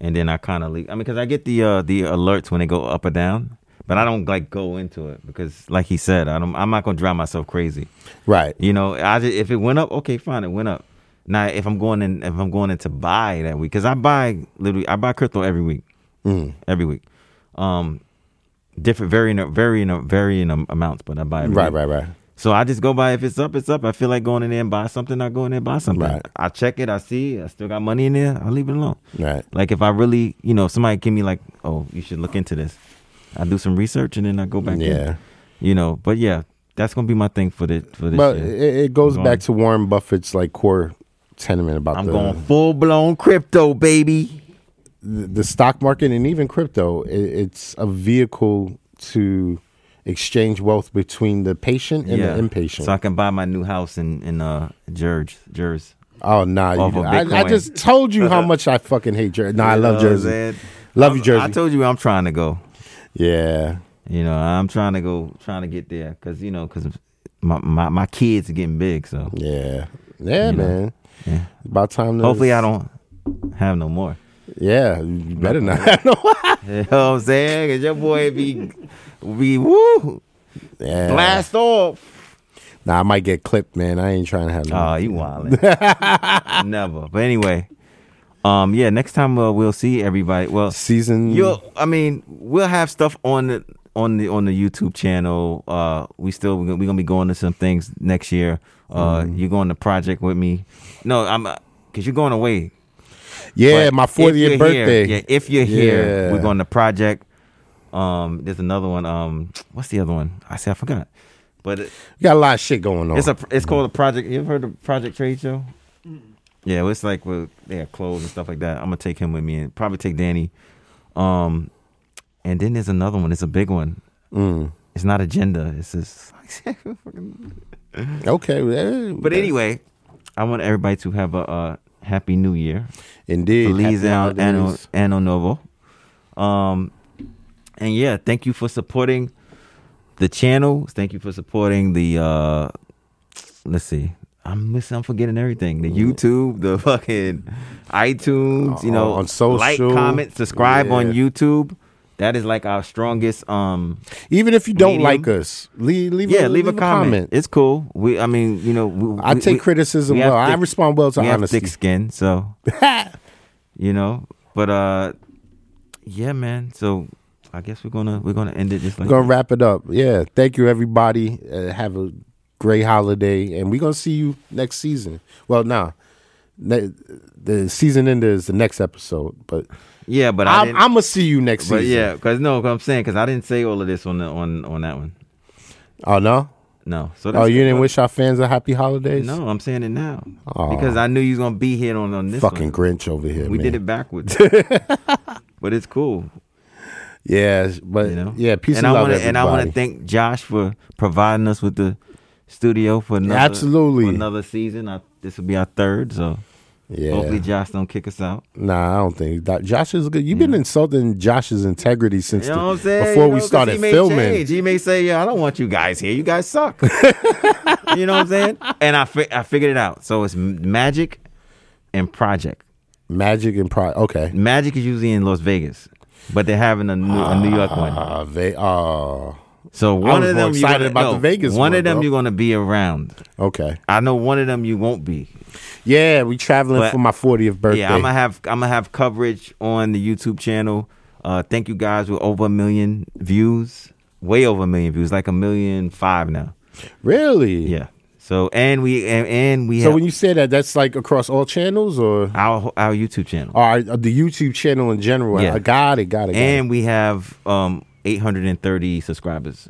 Speaker 3: and then I kind of leave. I mean, because I get the uh, the alerts when they go up or down, but I don't like go into it because, like he said, I don't. I'm not gonna drive myself crazy.
Speaker 4: Right.
Speaker 3: You know, I just, if it went up, okay, fine, it went up. Now, if I'm going in, if I'm going in to buy that week, because I buy literally, I buy crypto every week,
Speaker 4: Mm.
Speaker 3: every week, um, different varying, varying, varying am- amounts, but I buy every
Speaker 4: Right,
Speaker 3: week.
Speaker 4: right, right.
Speaker 3: So I just go by if it's up, it's up. I feel like going in there and buy something, I go in there and buy something.
Speaker 4: Right.
Speaker 3: I check it, I see, I still got money in there, I leave it alone.
Speaker 4: Right.
Speaker 3: Like if I really, you know, somebody give me like, oh, you should look into this. I do some research and then I go back. in.
Speaker 4: Yeah.
Speaker 3: You know, but yeah, that's gonna be my thing for the for this.
Speaker 4: But
Speaker 3: year.
Speaker 4: it, it goes
Speaker 3: Go
Speaker 4: back
Speaker 3: on.
Speaker 4: to Warren Buffett's like core tenement about
Speaker 3: I'm
Speaker 4: the,
Speaker 3: going full blown crypto, baby.
Speaker 4: the stock market and even crypto. It, it's a vehicle to exchange wealth between the patient and the impatient.
Speaker 3: So I can buy my new house in in uh Jersey, Jersey.
Speaker 4: Oh nah, you
Speaker 3: Off
Speaker 4: didn't.
Speaker 3: of
Speaker 4: I, I
Speaker 3: Bitcoin.
Speaker 4: just told
Speaker 3: <laughs>
Speaker 4: you how much I fucking hate Jersey. Nah, I love Jersey. Love you, Jersey.
Speaker 3: I told you I'm trying to go.
Speaker 4: yeah,
Speaker 3: You know, I'm trying to go, trying to get there because you know, because my, my my kids are getting big. So
Speaker 4: yeah, yeah, man.
Speaker 3: yeah.
Speaker 4: About time. To,
Speaker 3: hopefully, I don't have no more. <laughs>
Speaker 4: Yeah, you better not. <laughs> no.
Speaker 3: You know what I'm saying? Cause your boy be be woo
Speaker 4: Yeah.
Speaker 3: blast off.
Speaker 4: Nah, I might get clipped, man. I ain't trying to have. No.
Speaker 3: Oh, you wildin'. <laughs> Never. But anyway, um, yeah. Next time uh, we'll see everybody. Well,
Speaker 4: Season.
Speaker 3: You'll, I mean, we'll have stuff on the on the on the YouTube channel. Uh, we still we're gonna, we're gonna be going to some things next year. Uh,
Speaker 4: Mm.
Speaker 3: you're going to project with me. No, I'm uh, cause you're going away.
Speaker 4: yeah,
Speaker 3: But
Speaker 4: my
Speaker 3: if
Speaker 4: 40th
Speaker 3: you're here-
Speaker 4: birthday.
Speaker 3: yeah, if you're here,
Speaker 4: Yeah.
Speaker 3: we're going to project. Um, there's another one. Um, what's the other one? I say I forgot. But uh, it,
Speaker 4: We got a lot of shit going on.
Speaker 3: it's a it's called a project. You ever heard of Project Trade Show? Yeah, well, it's like with they have clothes and stuff like that. I'm gonna take him with me and probably take Danny. Um, and then there's another one. It's a big one.
Speaker 4: Mm.
Speaker 3: It's not agenda. It's just. <laughs>
Speaker 4: okay, eh,
Speaker 3: but anyway, I want everybody to have a, uh happy New Year.
Speaker 4: indeed.
Speaker 3: Feliz
Speaker 4: Happy
Speaker 3: Ano Ano
Speaker 4: holidays.
Speaker 3: Ano Novo. Um, and yeah, thank you for supporting the channel. Thank you for supporting the. uh Let's see. I'm missing. I'm forgetting everything. The YouTube, the fucking iTunes. You know,
Speaker 4: Uh, On- on social.
Speaker 3: like, comment, subscribe on
Speaker 4: Yeah.
Speaker 3: YouTube. That is like our strongest. um
Speaker 4: Even if you
Speaker 3: Medium.
Speaker 4: don't like us, leave leave
Speaker 3: Yeah,
Speaker 4: a,
Speaker 3: leave, a, comment. It's cool. We, I mean, you know, we,
Speaker 4: I
Speaker 3: we-
Speaker 4: take
Speaker 3: we-
Speaker 4: criticism
Speaker 3: we have
Speaker 4: well. I
Speaker 3: thick-
Speaker 4: respond well to
Speaker 3: we
Speaker 4: honesty.
Speaker 3: have thick skin, so
Speaker 4: <laughs>
Speaker 3: you know. But uh, yeah, man. So I guess we're gonna we're gonna end it just like
Speaker 4: We're gonna
Speaker 3: that.
Speaker 4: wrap it up. Yeah, thank you everybody. Uh, have a great holiday, and we're gonna see you next season. Well, nah, ne- the season ender is the next episode, but
Speaker 3: yeah. But I
Speaker 4: I'm,
Speaker 3: didn't,
Speaker 4: I'm gonna see you next
Speaker 3: but
Speaker 4: season.
Speaker 3: yeah, because no, 'cause I'm saying because I didn't say all of this on the on on that one.
Speaker 4: Oh no.
Speaker 3: No. So
Speaker 4: Oh,
Speaker 3: that's
Speaker 4: you didn't
Speaker 3: good.
Speaker 4: wish our fans a happy holidays.
Speaker 3: No, I'm saying it now
Speaker 4: Aw.
Speaker 3: because I knew you was gonna be here on on this
Speaker 4: Fucking
Speaker 3: one.
Speaker 4: Grinch over here.
Speaker 3: We
Speaker 4: man.
Speaker 3: did it
Speaker 4: <laughs>
Speaker 3: backwards, but it's cool.
Speaker 4: Yeah, but
Speaker 3: You know?
Speaker 4: yeah, peace
Speaker 3: and
Speaker 4: and,
Speaker 3: I
Speaker 4: love,
Speaker 3: wanna-
Speaker 4: everybody.
Speaker 3: And I want to thank Josh for providing us with the studio for another
Speaker 4: Absolutely.
Speaker 3: for another season. I, this will be our third, so
Speaker 4: Yeah.
Speaker 3: hopefully Josh don't kick us out.
Speaker 4: Nah, I don't think that Josh is good. You've been insulting Josh's integrity since
Speaker 3: Mm. You know
Speaker 4: the-
Speaker 3: what I'm saying?
Speaker 4: before
Speaker 3: You know,
Speaker 4: we
Speaker 3: 'cause
Speaker 4: started
Speaker 3: he may
Speaker 4: filming.
Speaker 3: change. He may say, "Yeah, I don't want you guys here. You guys
Speaker 4: <laughs>
Speaker 3: suck." you know what I'm saying? And I fi- I figured it out. So it's M- Magic and Project.
Speaker 4: Magic and pride. Okay.
Speaker 3: Magic is usually in Las Vegas, but they're having a New, a New York one.
Speaker 4: Uh, they, uh,
Speaker 3: So one
Speaker 4: was
Speaker 3: of
Speaker 4: more
Speaker 3: them
Speaker 4: excited
Speaker 3: you're gonna,
Speaker 4: about
Speaker 3: no,
Speaker 4: the Vegas
Speaker 3: One
Speaker 4: one,
Speaker 3: of them
Speaker 4: bro.
Speaker 3: you're gonna be around.
Speaker 4: Okay.
Speaker 3: I know one of them you won't be.
Speaker 4: Yeah, we traveling
Speaker 3: But-
Speaker 4: for my 40th birthday.
Speaker 3: Yeah, I'm gonna have I'm gonna have coverage on the YouTube channel. Uh, thank you guys. We're over a million views, way over a million views, like a million five now.
Speaker 4: really?
Speaker 3: Yeah. So and we and, and we
Speaker 4: So
Speaker 3: have
Speaker 4: when you say that, that's like across all channels or
Speaker 3: our our YouTube channel,
Speaker 4: or uh, the YouTube channel in general.
Speaker 3: Yeah.
Speaker 4: I got it, got it. Got
Speaker 3: and we have um 830 subscribers.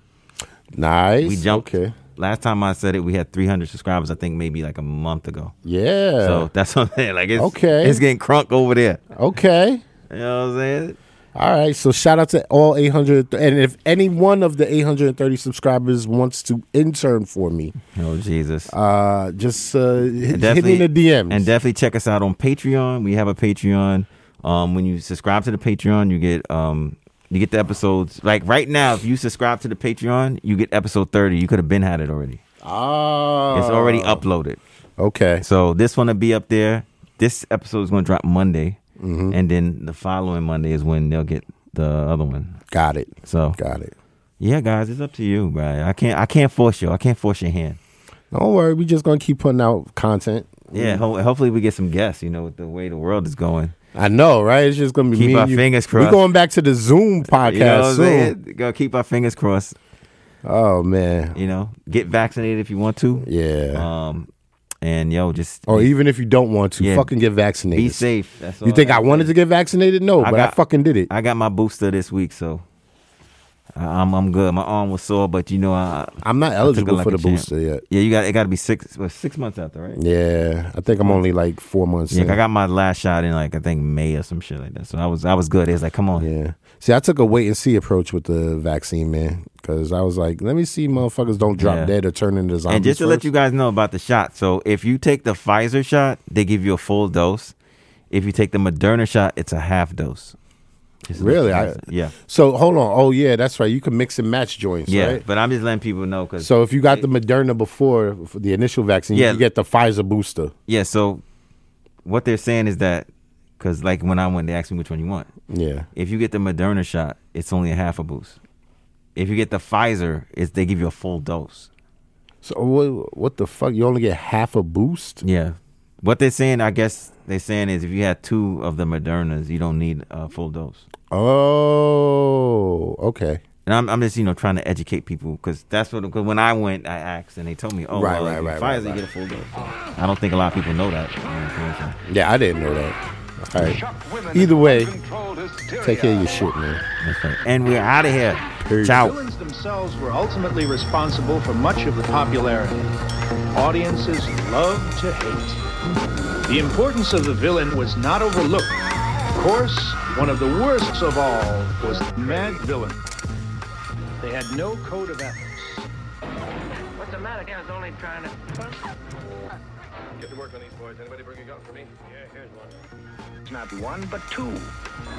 Speaker 4: it. nice.
Speaker 3: We jumped.
Speaker 4: Okay.
Speaker 3: Last time I said it, we had 300 subscribers. I think maybe like a month ago.
Speaker 4: Yeah.
Speaker 3: So that's <laughs> what I'm saying. Like it's
Speaker 4: Okay.
Speaker 3: It's getting crunk over there.
Speaker 4: okay.
Speaker 3: You know what I'm saying?
Speaker 4: All right, so shout out to all 800. And if any one of the 830 subscribers wants to intern for me,
Speaker 3: Oh Jesus.
Speaker 4: uh, just uh, hit,
Speaker 3: And
Speaker 4: hit me in the DMs.
Speaker 3: And definitely check us out on Patreon. We have a Patreon. Um, when you subscribe to the Patreon, you get um, you get the episodes. Like right now, if you subscribe to the Patreon, you get episode thirty. You could have been had it already.
Speaker 4: oh,
Speaker 3: It's already uploaded.
Speaker 4: Okay.
Speaker 3: So this one will be up there. This episode is going to drop Monday,
Speaker 4: Mm-hmm.
Speaker 3: and then the following Monday is when they'll get the other one.
Speaker 4: Got it.
Speaker 3: So
Speaker 4: Got it.
Speaker 3: yeah, guys, it's up to you, right? I can't I can't force you. I can't force your hand.
Speaker 4: Don't worry, we're just going to keep putting out content.
Speaker 3: Yeah, ho- hopefully we get some guests. You know, with the way the world is going.
Speaker 4: I know, right? It's just going to be
Speaker 3: Keep
Speaker 4: me
Speaker 3: our
Speaker 4: and you.
Speaker 3: fingers
Speaker 4: We're
Speaker 3: crossed.
Speaker 4: going back to the Zoom podcast
Speaker 3: You know what I'm
Speaker 4: soon.
Speaker 3: saying? Gonna keep our fingers crossed.
Speaker 4: Oh, man.
Speaker 3: You know, get vaccinated if you want to.
Speaker 4: Yeah.
Speaker 3: Um, and yo, just
Speaker 4: or
Speaker 3: be,
Speaker 4: even if you don't want to,
Speaker 3: Yeah.
Speaker 4: fucking get vaccinated.
Speaker 3: be safe. That's all
Speaker 4: You think I
Speaker 3: gotta
Speaker 4: wanted
Speaker 3: say.
Speaker 4: to get vaccinated? No,
Speaker 3: I
Speaker 4: but I
Speaker 3: got-
Speaker 4: fucking did it.
Speaker 3: I got my booster this week, so I- I'm I'm good. My arm was sore, but you know, I,
Speaker 4: I'm not
Speaker 3: I took it
Speaker 4: eligible
Speaker 3: like
Speaker 4: for
Speaker 3: a
Speaker 4: the
Speaker 3: champ.
Speaker 4: booster yet.
Speaker 3: Yeah, you got it. Got to be six well, six months after, right?
Speaker 4: Yeah, I think I'm only like four months.
Speaker 3: Yeah,
Speaker 4: in.
Speaker 3: I got my last shot in like I think May or some shit like that. So I was I was good. It was like, come on,
Speaker 4: Yeah. See, I took a wait and see approach with the vaccine, man, because I was like, let me see, motherfuckers don't drop
Speaker 3: Yeah.
Speaker 4: dead or turn into zombies.
Speaker 3: And just to
Speaker 4: first.
Speaker 3: let you guys know about the shot, so if you take the Pfizer shot, they give you a full dose. If you take the Moderna shot, it's a half dose. Just to let
Speaker 4: Really?
Speaker 3: you guys-
Speaker 4: I-
Speaker 3: yeah,
Speaker 4: So hold on. Oh yeah, that's right. You can mix and match joints,
Speaker 3: yeah.
Speaker 4: right?
Speaker 3: But I'm just letting people know because
Speaker 4: So if you got the Moderna before for the initial vaccine,
Speaker 3: Yeah.
Speaker 4: you can get the Pfizer booster.
Speaker 3: yeah. So what they're saying is that because like when I went, they asked me which one you want.
Speaker 4: Yeah.
Speaker 3: If you get the Moderna shot, it's only a half a boost. If you get the Pfizer, it's they give you a full dose.
Speaker 4: So what? What the fuck? You only get half a boost.
Speaker 3: Yeah. What they're saying, I guess they're saying is if you had two of the Modernas, you don't need a full dose.
Speaker 4: Oh, okay.
Speaker 3: And I'm, I'm just you know trying to educate people because that's what because when I went I asked and they told me oh
Speaker 4: Right,
Speaker 3: well,
Speaker 4: right,
Speaker 3: if you
Speaker 4: right,
Speaker 3: Pfizer
Speaker 4: right,
Speaker 3: you get a full dose. I don't think a lot of people know that. you know what I'm saying? So
Speaker 4: Yeah, I didn't know that. All right.
Speaker 2: Shocked women
Speaker 4: Either
Speaker 2: and
Speaker 4: way,
Speaker 2: uncontrolled hysteria.
Speaker 4: Take care of your shit, man.
Speaker 3: that's right. And we're out of here.
Speaker 4: Peace.
Speaker 3: Ciao.
Speaker 1: Villains themselves were ultimately responsible for much of the popularity. Audiences love to hate. The importance of the villain was not overlooked. Of course, one of the worst of all was the mad villain. They had no code of ethics.
Speaker 8: What's the matter? I was only trying to.
Speaker 2: Get to work on these boys. Anybody bring a gun for me? Yeah, here's one.
Speaker 1: Not one, but two.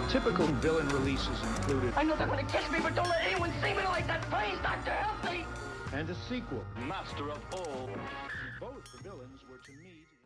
Speaker 1: Typical villain releases included,
Speaker 8: I know they're gonna catch me, but don't let anyone see me like that. Please, Doctor, help me!
Speaker 1: and a sequel.
Speaker 2: Master of all.
Speaker 1: Both the villains were to meet.